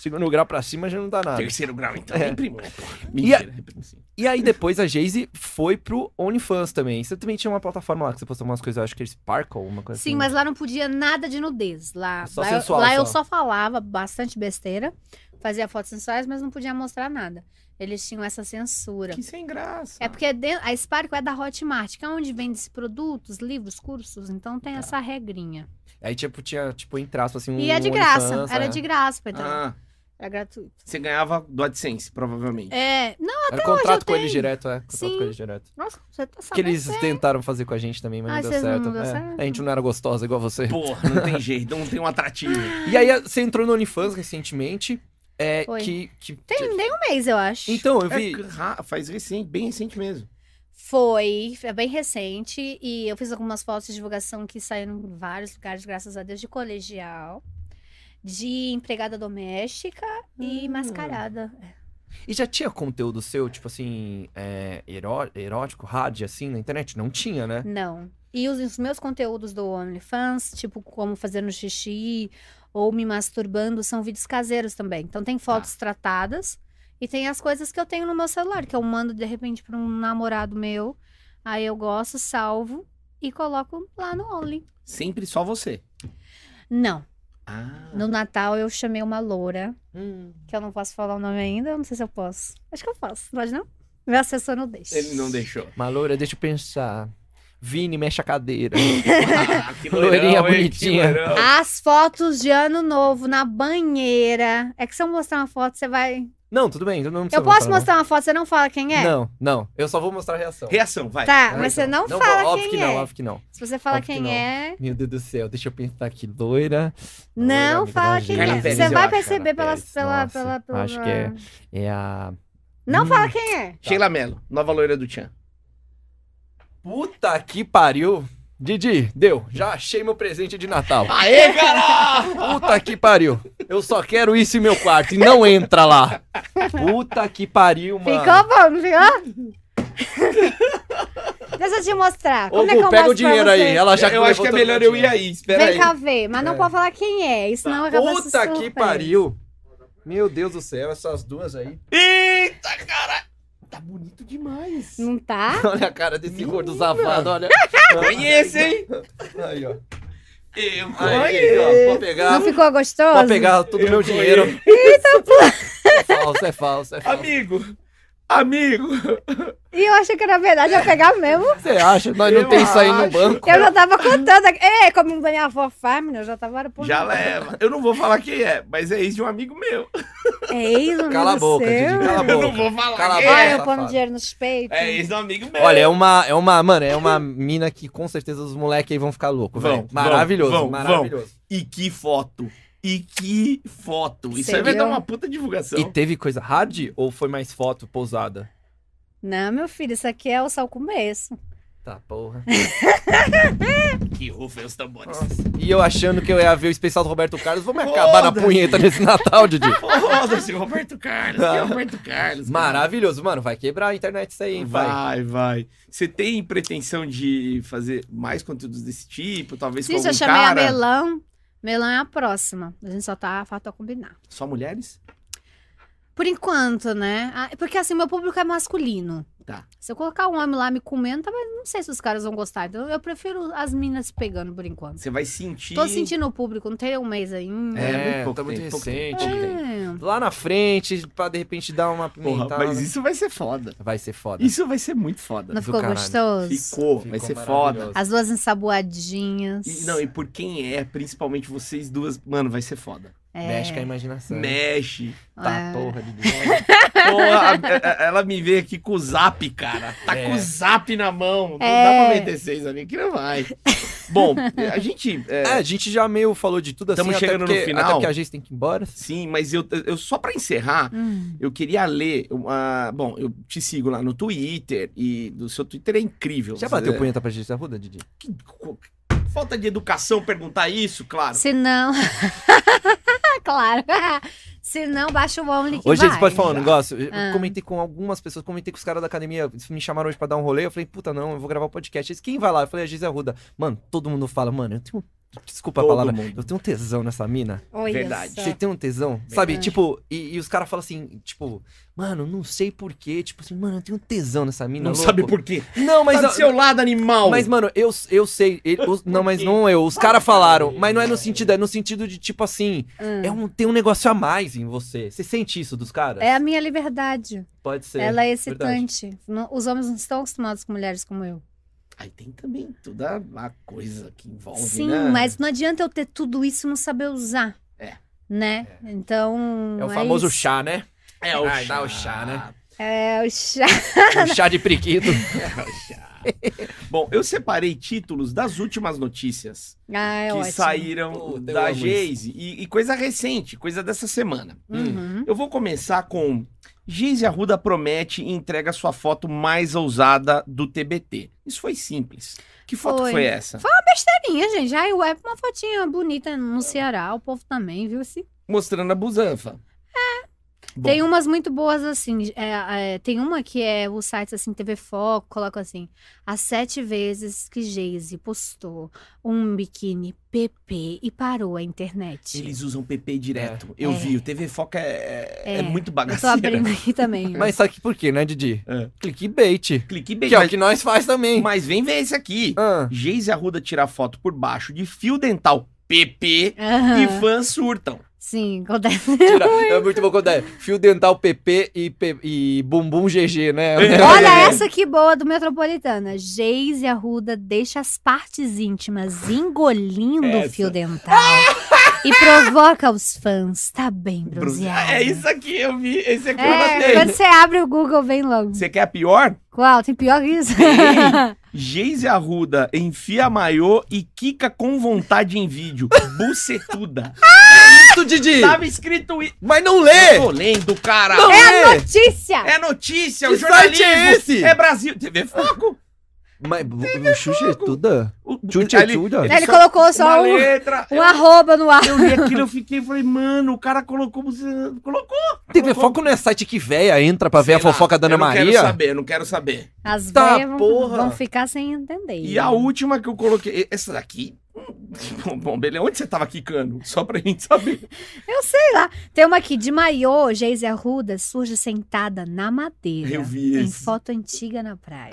Speaker 2: Segundo grau pra cima já não dá nada.
Speaker 1: Terceiro grau, então,
Speaker 2: É.
Speaker 1: nem primo, né? porra?
Speaker 2: E a-
Speaker 1: Mentira, é primo sim.
Speaker 2: E aí depois a Jayce foi pro OnlyFans também. Você também tinha uma plataforma lá que você postou umas coisas, acho que é Sparkle, uma coisa
Speaker 3: Sim,
Speaker 2: assim.
Speaker 3: mas lá não podia nada de nudez. Lá,
Speaker 2: Só
Speaker 3: lá,
Speaker 2: sensual,
Speaker 3: eu, lá eu
Speaker 2: só.
Speaker 3: só falava bastante besteira, fazia fotos sensuais, mas não podia mostrar nada. Eles tinham essa censura.
Speaker 1: Que sem graça.
Speaker 3: É porque de- a Sparkle é da Hotmart, que é onde vende produtos, livros, cursos, então
Speaker 2: Tá.
Speaker 3: tem essa regrinha.
Speaker 2: Aí tipo, tinha, tipo, em traço assim, um
Speaker 3: E é de graça,
Speaker 2: OnlyFans,
Speaker 3: era
Speaker 2: é.
Speaker 3: de graça pra entrar.
Speaker 1: Ah,
Speaker 3: Era gratuito.
Speaker 1: você ganhava do AdSense, provavelmente.
Speaker 3: É, não,
Speaker 2: Era contrato
Speaker 3: eu
Speaker 2: com ele
Speaker 3: tenho.
Speaker 2: direto, é. Contrato
Speaker 3: Sim.
Speaker 2: com ele direto.
Speaker 3: nossa, você tá
Speaker 2: que
Speaker 3: sabendo.
Speaker 2: eles tentaram fazer com a gente também, mas
Speaker 3: Ah,
Speaker 2: não deu
Speaker 3: vocês não
Speaker 2: certo.
Speaker 3: deu
Speaker 2: É,
Speaker 3: certo?
Speaker 2: A gente não era gostosa igual você.
Speaker 1: Porra, não tem jeito, não tem um atrativo.
Speaker 2: E aí a- você entrou no OnlyFans recentemente. É,
Speaker 3: Foi.
Speaker 2: que, que.
Speaker 3: Tem nem um mês, eu acho.
Speaker 2: Então, eu
Speaker 1: É,
Speaker 2: vi.
Speaker 1: ra- faz recente, bem recente mesmo.
Speaker 3: Foi, é bem recente, e eu fiz algumas fotos de divulgação que saíram em vários lugares, graças a Deus, de colegial, de empregada doméstica
Speaker 2: Hum.
Speaker 3: e
Speaker 1: Ah.
Speaker 3: mascarada.
Speaker 2: E já tinha conteúdo seu, tipo assim, é, eró- erótico, hard, assim, na internet? Não tinha, né?
Speaker 3: Não. E os, os meus conteúdos do OnlyFans, tipo como fazendo xixi ou me masturbando, são vídeos caseiros também. Então tem fotos tratadas e tem as coisas que eu tenho no meu celular, que eu mando de repente para um namorado meu. Aí eu gosto, salvo e coloco lá no Only.
Speaker 1: Sempre só você.
Speaker 3: Não.
Speaker 1: Ah.
Speaker 3: No Natal eu chamei uma loura,
Speaker 2: Hum.
Speaker 3: que eu não posso falar o nome ainda, eu não sei se eu posso. Acho que eu posso, pode não? Meu assessor não deixa.
Speaker 1: Ele não deixou.
Speaker 2: Maloura, deixa eu pensar. Vini, mexe a cadeira.
Speaker 1: Ah, que
Speaker 2: Loirinha
Speaker 1: hein, que
Speaker 2: bonitinha.
Speaker 1: loirão.
Speaker 3: As fotos de ano novo na banheira. É que se eu mostrar uma foto, você vai.
Speaker 2: não, tudo bem, não precisa
Speaker 3: Eu posso
Speaker 2: falar,
Speaker 3: mostrar uma foto, você não fala quem é?
Speaker 2: né? Não, não. Eu só vou mostrar a reação.
Speaker 1: Reação, vai.
Speaker 3: Tá,
Speaker 2: Ah,
Speaker 3: mas
Speaker 2: então.
Speaker 3: você não,
Speaker 2: vou-
Speaker 3: fala
Speaker 2: óbvio
Speaker 3: quem
Speaker 2: que
Speaker 3: é.
Speaker 2: não, óbvio que não.
Speaker 3: Se você fala
Speaker 2: óbvio que
Speaker 3: quem
Speaker 2: não.
Speaker 3: é,
Speaker 2: Meu Deus do céu, deixa eu pensar aqui, loira. Loira,
Speaker 3: não
Speaker 2: amiga
Speaker 3: fala
Speaker 2: da
Speaker 3: quem
Speaker 1: Carla
Speaker 3: é.
Speaker 1: Pérez,
Speaker 3: você
Speaker 1: eu
Speaker 3: vai
Speaker 1: acho,
Speaker 3: perceber
Speaker 2: Carla
Speaker 3: pelas,
Speaker 2: Pérez.
Speaker 3: pela,
Speaker 2: Nossa,
Speaker 3: pela, pela.
Speaker 2: acho que é. É a.
Speaker 3: Não
Speaker 2: Hum.
Speaker 3: fala quem é.
Speaker 1: Sheila Mello, nova loira do Tchan.
Speaker 2: Puta que pariu. Didi, deu. Já achei meu presente de Natal.
Speaker 1: Aê, cara!
Speaker 2: Puta que pariu. Eu só quero isso em meu quarto e não entra lá. Puta que pariu, mano.
Speaker 3: Ficou bom, não ficou? Deixa eu te mostrar.
Speaker 2: Ô,
Speaker 3: Como é
Speaker 2: Gu,
Speaker 3: que eu
Speaker 2: pega o
Speaker 3: mostro pra
Speaker 2: dinheiro
Speaker 3: você?
Speaker 2: aí. Ela já
Speaker 1: eu acho que é
Speaker 2: levantou
Speaker 1: melhor
Speaker 2: meu
Speaker 1: eu ir
Speaker 2: dinheiro.
Speaker 1: aí, espera
Speaker 3: Vem
Speaker 1: aí.
Speaker 3: cá ver, mas não
Speaker 2: É.
Speaker 3: pode falar quem é. Isso não acaba se
Speaker 2: Puta que
Speaker 3: surpreendendo.
Speaker 2: pariu. Meu Deus do céu, essas duas aí.
Speaker 1: Eita, cara! Tá bonito demais.
Speaker 3: Não tá?
Speaker 2: Olha a cara desse gordo safado, olha.
Speaker 1: Conhece, hein?
Speaker 2: Aí, ó.
Speaker 1: Tá Eu
Speaker 2: Aí, ó. Pode pegar.
Speaker 3: Não ficou gostoso?
Speaker 2: Pode pegar todo o
Speaker 1: Eu
Speaker 2: meu
Speaker 1: conheço.
Speaker 2: dinheiro. É falso, é falso, é falso.
Speaker 1: Amigo, amigo.
Speaker 3: E eu achei que na verdade ia pegar mesmo.
Speaker 2: Você acha? Nós não
Speaker 1: Eu
Speaker 2: tem isso aí no
Speaker 1: acho.
Speaker 2: banco.
Speaker 3: Eu já tava contando. aqui. É, como o Daniel avó faz, menino, eu já tava era por
Speaker 1: Já
Speaker 3: mim.
Speaker 1: leva. Eu não vou falar quem é, mas é ex de um amigo meu.
Speaker 3: É isso,
Speaker 2: Cala a boca, Didi, cala a
Speaker 1: Eu não
Speaker 2: boca.
Speaker 1: vou falar
Speaker 2: Cala a
Speaker 1: quem
Speaker 2: boca.
Speaker 1: é.
Speaker 3: Olha, eu pondo
Speaker 2: safado.
Speaker 3: dinheiro nos peitos.
Speaker 1: É ex de um amigo meu.
Speaker 2: Olha, é uma, é uma, mano, é uma mina que com certeza os moleques aí vão ficar loucos,
Speaker 1: Vão,
Speaker 2: velho.
Speaker 1: vão,
Speaker 2: Maravilhoso,
Speaker 1: vão,
Speaker 2: maravilhoso.
Speaker 1: E que foto. E que foto. Isso
Speaker 3: Você
Speaker 1: aí vai dar
Speaker 3: viu?
Speaker 1: uma puta divulgação.
Speaker 2: E teve coisa hard ou foi mais foto pousada?
Speaker 3: Não, meu filho, isso aqui é o só o começo.
Speaker 2: Tá, porra.
Speaker 1: Que rufem os tambores.
Speaker 2: E eu achando que eu ia ver o especial do Roberto Carlos, vou me acabar na
Speaker 1: Foda-se.
Speaker 2: punheta nesse Natal, Didi.
Speaker 1: Foda-se, Roberto Carlos. Que é Roberto Carlos. cara?
Speaker 2: Maravilhoso, mano. Vai quebrar a internet isso aí, hein, pai.
Speaker 1: Vai, vai. Você tem pretensão de fazer mais conteúdos desse tipo? Talvez
Speaker 3: Se
Speaker 1: com
Speaker 3: já
Speaker 1: algum
Speaker 3: chamei
Speaker 1: cara?
Speaker 3: a Melão, Melão é a próxima. A gente só tá falta combinar.
Speaker 1: Só mulheres?
Speaker 3: Por enquanto, né? Ah, Porque assim, meu público é masculino.
Speaker 1: Tá.
Speaker 3: Se eu colocar um homem lá me comendo, talvez não sei se os caras vão gostar. Então eu prefiro as minas se pegando por enquanto.
Speaker 1: Você vai sentir.
Speaker 3: Tô sentindo o público, não tem um mês ainda.
Speaker 1: É, muito
Speaker 2: É,
Speaker 1: pouco
Speaker 2: tá muito
Speaker 1: tempo, pouco
Speaker 2: recente.
Speaker 1: tempo, pouco tempo.
Speaker 3: É.
Speaker 2: Lá na frente, pra de repente dar uma
Speaker 1: Porra,
Speaker 2: pimentada.
Speaker 1: mas isso vai ser né? foda.
Speaker 2: Vai ser foda.
Speaker 1: Isso vai ser muito foda.
Speaker 3: Não
Speaker 2: do
Speaker 3: ficou
Speaker 2: caralho.
Speaker 3: gostoso?
Speaker 1: Ficou, vai
Speaker 2: Ficou
Speaker 1: ser foda.
Speaker 2: maravilhoso.
Speaker 3: As duas ensaboadinhas.
Speaker 1: E- não, e por quem é, principalmente vocês duas, mano, vai ser foda.
Speaker 3: É,
Speaker 2: Mexe com a imaginação.
Speaker 1: Mexe.
Speaker 2: Tá,
Speaker 3: é.
Speaker 2: porra de
Speaker 1: Porra, a- a- ela me vê aqui com o zap, cara. Tá
Speaker 2: É.
Speaker 1: com o zap na mão. Não
Speaker 3: É.
Speaker 1: dá pra meter seis ali, que não vai. Bom, a gente. é,
Speaker 2: É, a gente já meio falou de tudo assim.
Speaker 1: Tamo
Speaker 2: até
Speaker 1: chegando no
Speaker 2: porque-
Speaker 1: final.
Speaker 2: Até porque a gente tem que ir embora.
Speaker 1: sim, mas eu, eu só pra encerrar,
Speaker 3: Hum.
Speaker 1: eu queria ler uma. Bom, eu te sigo lá no Twitter e o seu Twitter é incrível.
Speaker 2: Já bateu
Speaker 1: É,
Speaker 2: punheta pra Gisele Arruda, Didi?
Speaker 1: que- co- Falta de educação perguntar isso, claro.
Speaker 3: Se não. claro. Se não, baixa o Only que
Speaker 2: Hoje
Speaker 3: vai.
Speaker 2: eles podem falar um
Speaker 1: já.
Speaker 2: negócio. Eu
Speaker 3: Ah.
Speaker 2: comentei com algumas pessoas, comentei com os caras da academia, eles me chamaram hoje pra dar um rolê. Eu falei, puta, não, eu vou gravar o podcast. Eles, quem vai lá? Eu falei, a Gisele Arruda. Mano, todo mundo fala, mano, eu tenho. Desculpa a
Speaker 1: Todo
Speaker 2: palavra.
Speaker 1: mundo.
Speaker 2: Eu tenho um tesão nessa mina.
Speaker 3: Olha
Speaker 1: Verdade.
Speaker 3: só.
Speaker 2: Você tem um tesão? Sabe, tipo, e, e os caras falam assim, tipo, mano, não sei porquê. Tipo assim, mano, eu tenho um tesão nessa mina.
Speaker 1: Não
Speaker 2: louco.
Speaker 1: sabe por quê.
Speaker 2: Não, mas.
Speaker 1: tá do
Speaker 2: eu-
Speaker 1: seu lado, animal.
Speaker 2: Mas, mano, eu, eu sei. ele- os- não, mas não eu. Os caras falaram. Mas não é no sentido, é no sentido de, tipo assim,
Speaker 3: Hum.
Speaker 2: é um, tem um negócio a mais em você. Você sente isso dos caras?
Speaker 3: É a minha liberdade.
Speaker 2: Pode ser.
Speaker 3: Ela é excitante. Não- os homens não estão acostumados com mulheres como eu.
Speaker 1: Aí tem também toda a coisa que envolve,
Speaker 3: Sim,
Speaker 1: né?
Speaker 3: mas não adianta eu ter tudo isso e não saber usar.
Speaker 1: É.
Speaker 3: Né? Então.
Speaker 2: É o famoso
Speaker 3: isso.
Speaker 2: chá, né?
Speaker 1: É
Speaker 2: Ai, dá o chá, né?
Speaker 3: É o chá.
Speaker 2: O chá de priquito.
Speaker 1: É o chá. Bom, eu separei títulos das últimas notícias
Speaker 3: Ah, é
Speaker 1: que
Speaker 3: ótimo.
Speaker 1: saíram
Speaker 2: Puta, eu
Speaker 1: da
Speaker 2: amo isso.
Speaker 1: Geise e, e coisa recente, coisa dessa semana.
Speaker 2: hum.
Speaker 3: Uhum.
Speaker 1: Eu vou começar com Geise Arruda promete e entrega sua foto mais ousada do TBT. Isso foi simples. Que foto
Speaker 3: Foi.
Speaker 1: foi essa?
Speaker 3: Carinha, gente. Aí o web uma fotinha bonita no Ceará. O povo também, viu? Se
Speaker 1: Mostrando a busanfa. É.
Speaker 3: Tem um umas muito boas assim. é, é, tem uma que é o site assim, TV Foco, coloca assim: as sete vezes que Geise postou um biquíni PP e parou a internet.
Speaker 1: Eles usam PP direto. Eu
Speaker 3: É.
Speaker 1: vi, o TV Foca é, é
Speaker 3: É.
Speaker 1: muito
Speaker 3: Eu tô
Speaker 1: bagaceiro.
Speaker 3: abrindo aqui também. ó.
Speaker 2: Mas sabe que por quê, né, Didi?
Speaker 1: É.
Speaker 2: Clickbait.
Speaker 1: Cliquei
Speaker 2: Que é o que nós faz também.
Speaker 1: Mas vem ver esse aqui.
Speaker 2: Ah.
Speaker 1: Geise Arruda tira foto por baixo de fio dental PP
Speaker 3: Aham.
Speaker 1: e fãs surtam.
Speaker 3: Sim, acontece.
Speaker 2: Tira- É muito bom quando é fio dental PP e, pe- e bumbum GG, né?
Speaker 1: É.
Speaker 3: Olha essa que boa do Metropolitana. Geise Arruda deixa as partes íntimas engolindo o fio
Speaker 1: Essa.
Speaker 3: dental e provoca os fãs. Tá bem bronzeada.
Speaker 1: É isso aqui, eu vi. Esse aqui
Speaker 3: É,
Speaker 1: eu
Speaker 3: quando
Speaker 1: gostei.
Speaker 3: você abre o Google, vem logo.
Speaker 1: Você quer a pior?
Speaker 3: Qual? Tem pior que isso? É
Speaker 1: Tem. Geise Arruda enfia maiô e quica com vontade em vídeo. Bucetuda.
Speaker 2: Tu, Didi!
Speaker 1: Tava escrito... i-
Speaker 2: Mas não
Speaker 1: Eu
Speaker 2: lê!
Speaker 1: tô lendo, cara.
Speaker 2: Não lê!
Speaker 3: Notícia!
Speaker 1: É notícia, o
Speaker 2: Que site
Speaker 1: jornalismo.
Speaker 2: é esse?
Speaker 1: É Brasil. TV Foco.
Speaker 2: Mas bu- é bu- chuchetuda?
Speaker 1: O-
Speaker 2: Chuchetuda?
Speaker 3: Ele colocou só
Speaker 1: uma
Speaker 3: um-
Speaker 1: letra.
Speaker 3: Um arroba no ar.
Speaker 1: Eu li aquilo, eu fiquei, falei, mano, o cara colocou, colocou.
Speaker 2: TV Foco não é site que véia entra pra ver a
Speaker 1: Sei lá,
Speaker 2: fofoca da Ana
Speaker 1: Eu não quero
Speaker 2: Maria?
Speaker 1: saber, eu não quero saber.
Speaker 3: As
Speaker 2: Tá,
Speaker 3: velhas vão,
Speaker 2: porra.
Speaker 3: vão ficar sem entender.
Speaker 1: E a última que eu coloquei, essa daqui. Bom, bom beleza, onde você tava quicando? Só pra gente saber.
Speaker 3: Tem uma aqui de maiô, Geise Arruda surge sentada na madeira.
Speaker 1: Eu vi
Speaker 3: Em
Speaker 1: esse.
Speaker 3: foto antiga na praia.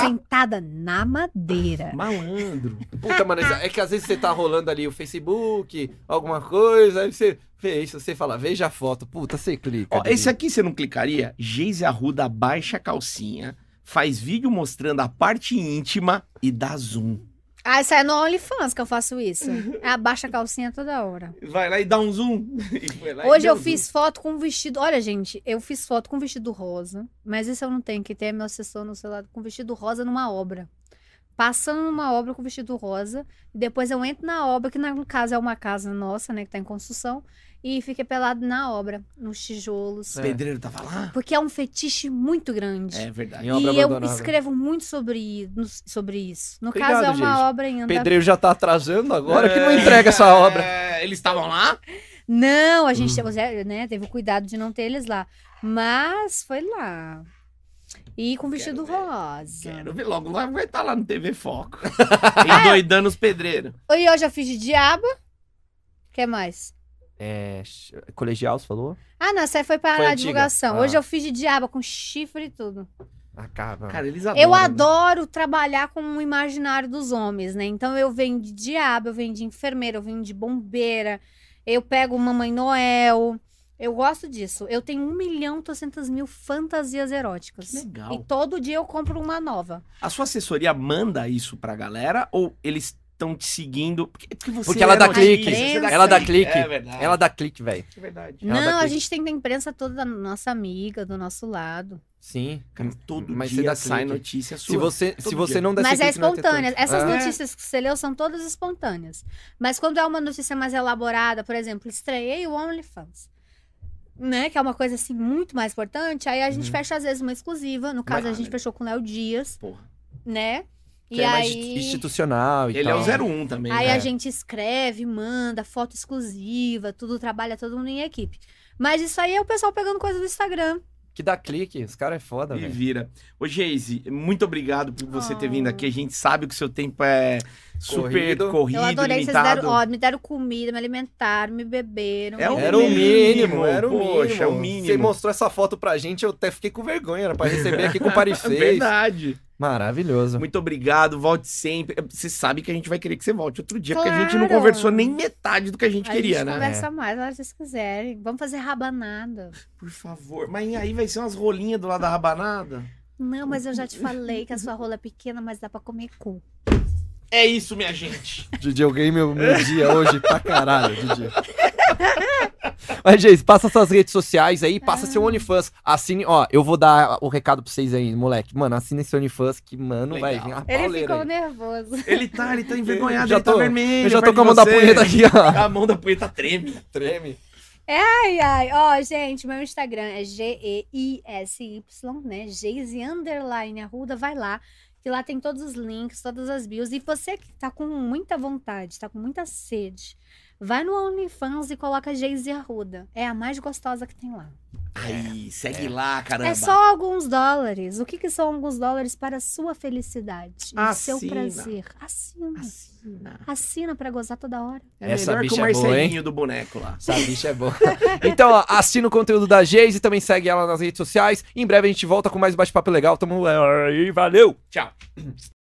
Speaker 3: sentada na madeira.
Speaker 1: Malandro.
Speaker 2: Puta, mano, é que às vezes você tá rolando ali o Facebook, alguma coisa, aí você vê isso, você fala, veja a foto. Puta, você clica.
Speaker 1: Ó, esse aqui você não clicaria? Geise Arruda baixa a calcinha, faz vídeo mostrando a parte íntima e dá zoom.
Speaker 3: Ah, isso aí é no OnlyFans que eu faço isso. Abaixa a calcinha toda hora.
Speaker 1: Vai lá e dá um zoom. E foi lá e
Speaker 3: Hoje
Speaker 1: deu
Speaker 3: eu fiz foto com um vestido. Olha, gente, eu fiz foto com um vestido rosa, mas isso eu não tenho, que tem a minha sessão no celular com um vestido rosa numa obra. Passando numa obra com um vestido rosa, e depois eu entro na obra, que na- no caso é uma casa nossa, né, que tá em construção, e fiquei pelado na obra, nos tijolos.
Speaker 1: zoom. O pedreiro tava lá?
Speaker 3: Porque é um fetiche muito grande.
Speaker 1: É verdade.
Speaker 2: Em obra
Speaker 3: E eu
Speaker 2: abandonada.
Speaker 3: escrevo muito sobre, nos- sobre isso. No
Speaker 2: Obrigado,
Speaker 3: caso, é uma
Speaker 2: gente.
Speaker 3: obra ainda.
Speaker 2: Pedreiro já tá atrasando agora que não
Speaker 1: É,
Speaker 2: entrega essa obra.
Speaker 1: é, Eles estavam lá?
Speaker 3: Não, a
Speaker 2: Hum.
Speaker 3: gente teve, né, teve o cuidado de não ter eles lá. Mas foi lá. E com vestido
Speaker 1: ver.
Speaker 3: rosa.
Speaker 1: Quero ver logo lá, vai estar lá no TV Foco. Endoidando os pedreiros.
Speaker 3: E eu já fiz de diabo. O que mais?
Speaker 2: é, ch- colegial, você falou?
Speaker 3: Ah, não, essa aí foi para
Speaker 2: Foi
Speaker 3: a
Speaker 2: antiga?
Speaker 3: divulgação.
Speaker 2: Ah.
Speaker 3: Hoje eu fiz de diaba com chifre e tudo.
Speaker 2: Acaba.
Speaker 1: Cara, eles
Speaker 3: eu
Speaker 1: né?
Speaker 3: adoro trabalhar com o imaginário dos homens, né? Então eu venho de diabo, eu venho de enfermeira, eu venho de bombeira, eu pego Mamãe Noel. Eu gosto disso. Eu tenho um milhão e 200 mil fantasias eróticas.
Speaker 1: Que legal.
Speaker 3: E todo dia eu compro uma nova.
Speaker 1: A sua assessoria manda isso pra galera ou eles estão te seguindo? Porque, porque, você
Speaker 2: Porque ela
Speaker 1: é
Speaker 2: dá
Speaker 1: notícia,
Speaker 2: clique,
Speaker 1: você
Speaker 2: ela dá clique,
Speaker 1: É verdade.
Speaker 2: Ela dá clique, velho.
Speaker 1: É verdade.
Speaker 2: Ela dá
Speaker 3: não, a
Speaker 2: clique.
Speaker 3: gente tem da imprensa toda da nossa amiga, do nosso lado.
Speaker 2: Sim.
Speaker 1: Cara, todo
Speaker 2: Mas você
Speaker 1: dia
Speaker 2: dá
Speaker 1: sai
Speaker 2: clique.
Speaker 1: notícia sua.
Speaker 2: Se você,
Speaker 1: Todo
Speaker 2: se você
Speaker 1: dia.
Speaker 2: não der
Speaker 3: Mas
Speaker 2: esse
Speaker 3: é
Speaker 2: clique, não vai ter tanto.
Speaker 3: espontânea. Essas
Speaker 2: É.
Speaker 3: notícias que você leu são todas espontâneas. Mas quando é uma notícia mais elaborada, por exemplo, estreiei o OnlyFans, né? Que é uma coisa assim muito mais importante. Aí a gente
Speaker 2: Uhum.
Speaker 3: fecha às vezes uma exclusiva. No caso,
Speaker 1: Mas-
Speaker 3: a gente fechou com o Léo Dias,
Speaker 1: Porra.
Speaker 3: né?
Speaker 2: Que
Speaker 3: E
Speaker 2: é mais
Speaker 3: aí.
Speaker 2: institucional e
Speaker 1: Ele é
Speaker 2: tal.
Speaker 1: o 01 também.
Speaker 3: Aí
Speaker 1: né?
Speaker 3: a gente escreve, manda foto exclusiva, tudo trabalha todo mundo em equipe. Mas isso aí é o pessoal pegando coisa do Instagram.
Speaker 2: Que dá clique, os caras é foda,
Speaker 1: E
Speaker 2: velho.
Speaker 1: vira. Ô, Geise, muito obrigado por você ter
Speaker 3: Oh.
Speaker 1: vindo aqui. A gente sabe que o seu tempo é super
Speaker 2: Corrido.
Speaker 1: corrido,
Speaker 2: Eu
Speaker 3: Eu adorei,
Speaker 1: limitado.
Speaker 3: vocês deram, ó, me deram comida, me alimentaram, me beberam.
Speaker 1: É
Speaker 3: me
Speaker 1: o
Speaker 2: Era o mínimo,
Speaker 1: mínimo,
Speaker 2: era o mínimo.
Speaker 1: poxa, é o mínimo.
Speaker 2: Você mostrou essa foto pra gente, eu até fiquei com vergonha, era pra receber aqui com Paris
Speaker 1: É
Speaker 2: 6.
Speaker 1: verdade.
Speaker 2: Maravilhoso.
Speaker 1: Muito obrigado, volte sempre. Você sabe que a gente vai querer que você volte outro dia, porque a gente não
Speaker 3: Claro.
Speaker 1: conversou nem metade do que a gente
Speaker 3: A
Speaker 1: queria,
Speaker 3: gente
Speaker 1: né?
Speaker 3: conversa mais, a hora que vocês quiserem. Vamos fazer rabanada.
Speaker 1: Por favor. Mas aí vai ser umas rolinhas do lado da rabanada?
Speaker 3: Não, mas eu já te falei que a sua rola é pequena, mas dá pra comer cu.
Speaker 1: É isso, minha gente.
Speaker 2: Didi, eu ganhei meu, meu dia hoje pra caralho, Didi. Mas, Geis, passa suas redes sociais aí, passa
Speaker 3: Ah.
Speaker 2: seu OnlyFans. Assine, ó, eu vou dar o recado pra vocês aí, moleque. Mano, assine esse OnlyFans que, mano,
Speaker 1: Legal.
Speaker 2: vai vir uma
Speaker 3: Ele
Speaker 2: pauleira
Speaker 3: ficou
Speaker 2: aí.
Speaker 3: nervoso.
Speaker 1: Ele tá, ele tá envergonhado,
Speaker 2: Já
Speaker 1: ele tá
Speaker 2: tô-
Speaker 1: vermelho.
Speaker 2: Eu já tô
Speaker 1: perto
Speaker 2: com a
Speaker 1: de
Speaker 2: mão da
Speaker 1: você.
Speaker 2: punheta aqui, ó.
Speaker 1: A mão da punheta treme.
Speaker 2: Treme.
Speaker 3: Ai, ai. Ó, gente, meu Instagram é G-E-I-S-Y, né? Geise Underline Arruda, vai lá. Que lá tem todos os links, todas as bios. E você que tá com muita vontade, tá com muita sede, vai no OnlyFans e coloca Geise Arruda. É a mais gostosa que tem lá.
Speaker 1: Aí, segue lá, caramba.
Speaker 3: É só alguns dólares. O que, que são alguns dólares para a sua felicidade? E seu
Speaker 1: Assina.
Speaker 3: prazer. Assina.
Speaker 1: Assina.
Speaker 3: Assina pra gozar toda hora.
Speaker 1: É
Speaker 2: Essa
Speaker 1: melhor que
Speaker 2: bicha
Speaker 1: o
Speaker 2: é boa,
Speaker 1: Marcelinho do boneco lá.
Speaker 2: Essa bicha é boa. Então, ó, assina o conteúdo da Geis e também segue ela nas redes sociais. Em breve a gente volta com mais bate-papo legal. Tamo aí, valeu!
Speaker 1: Tchau.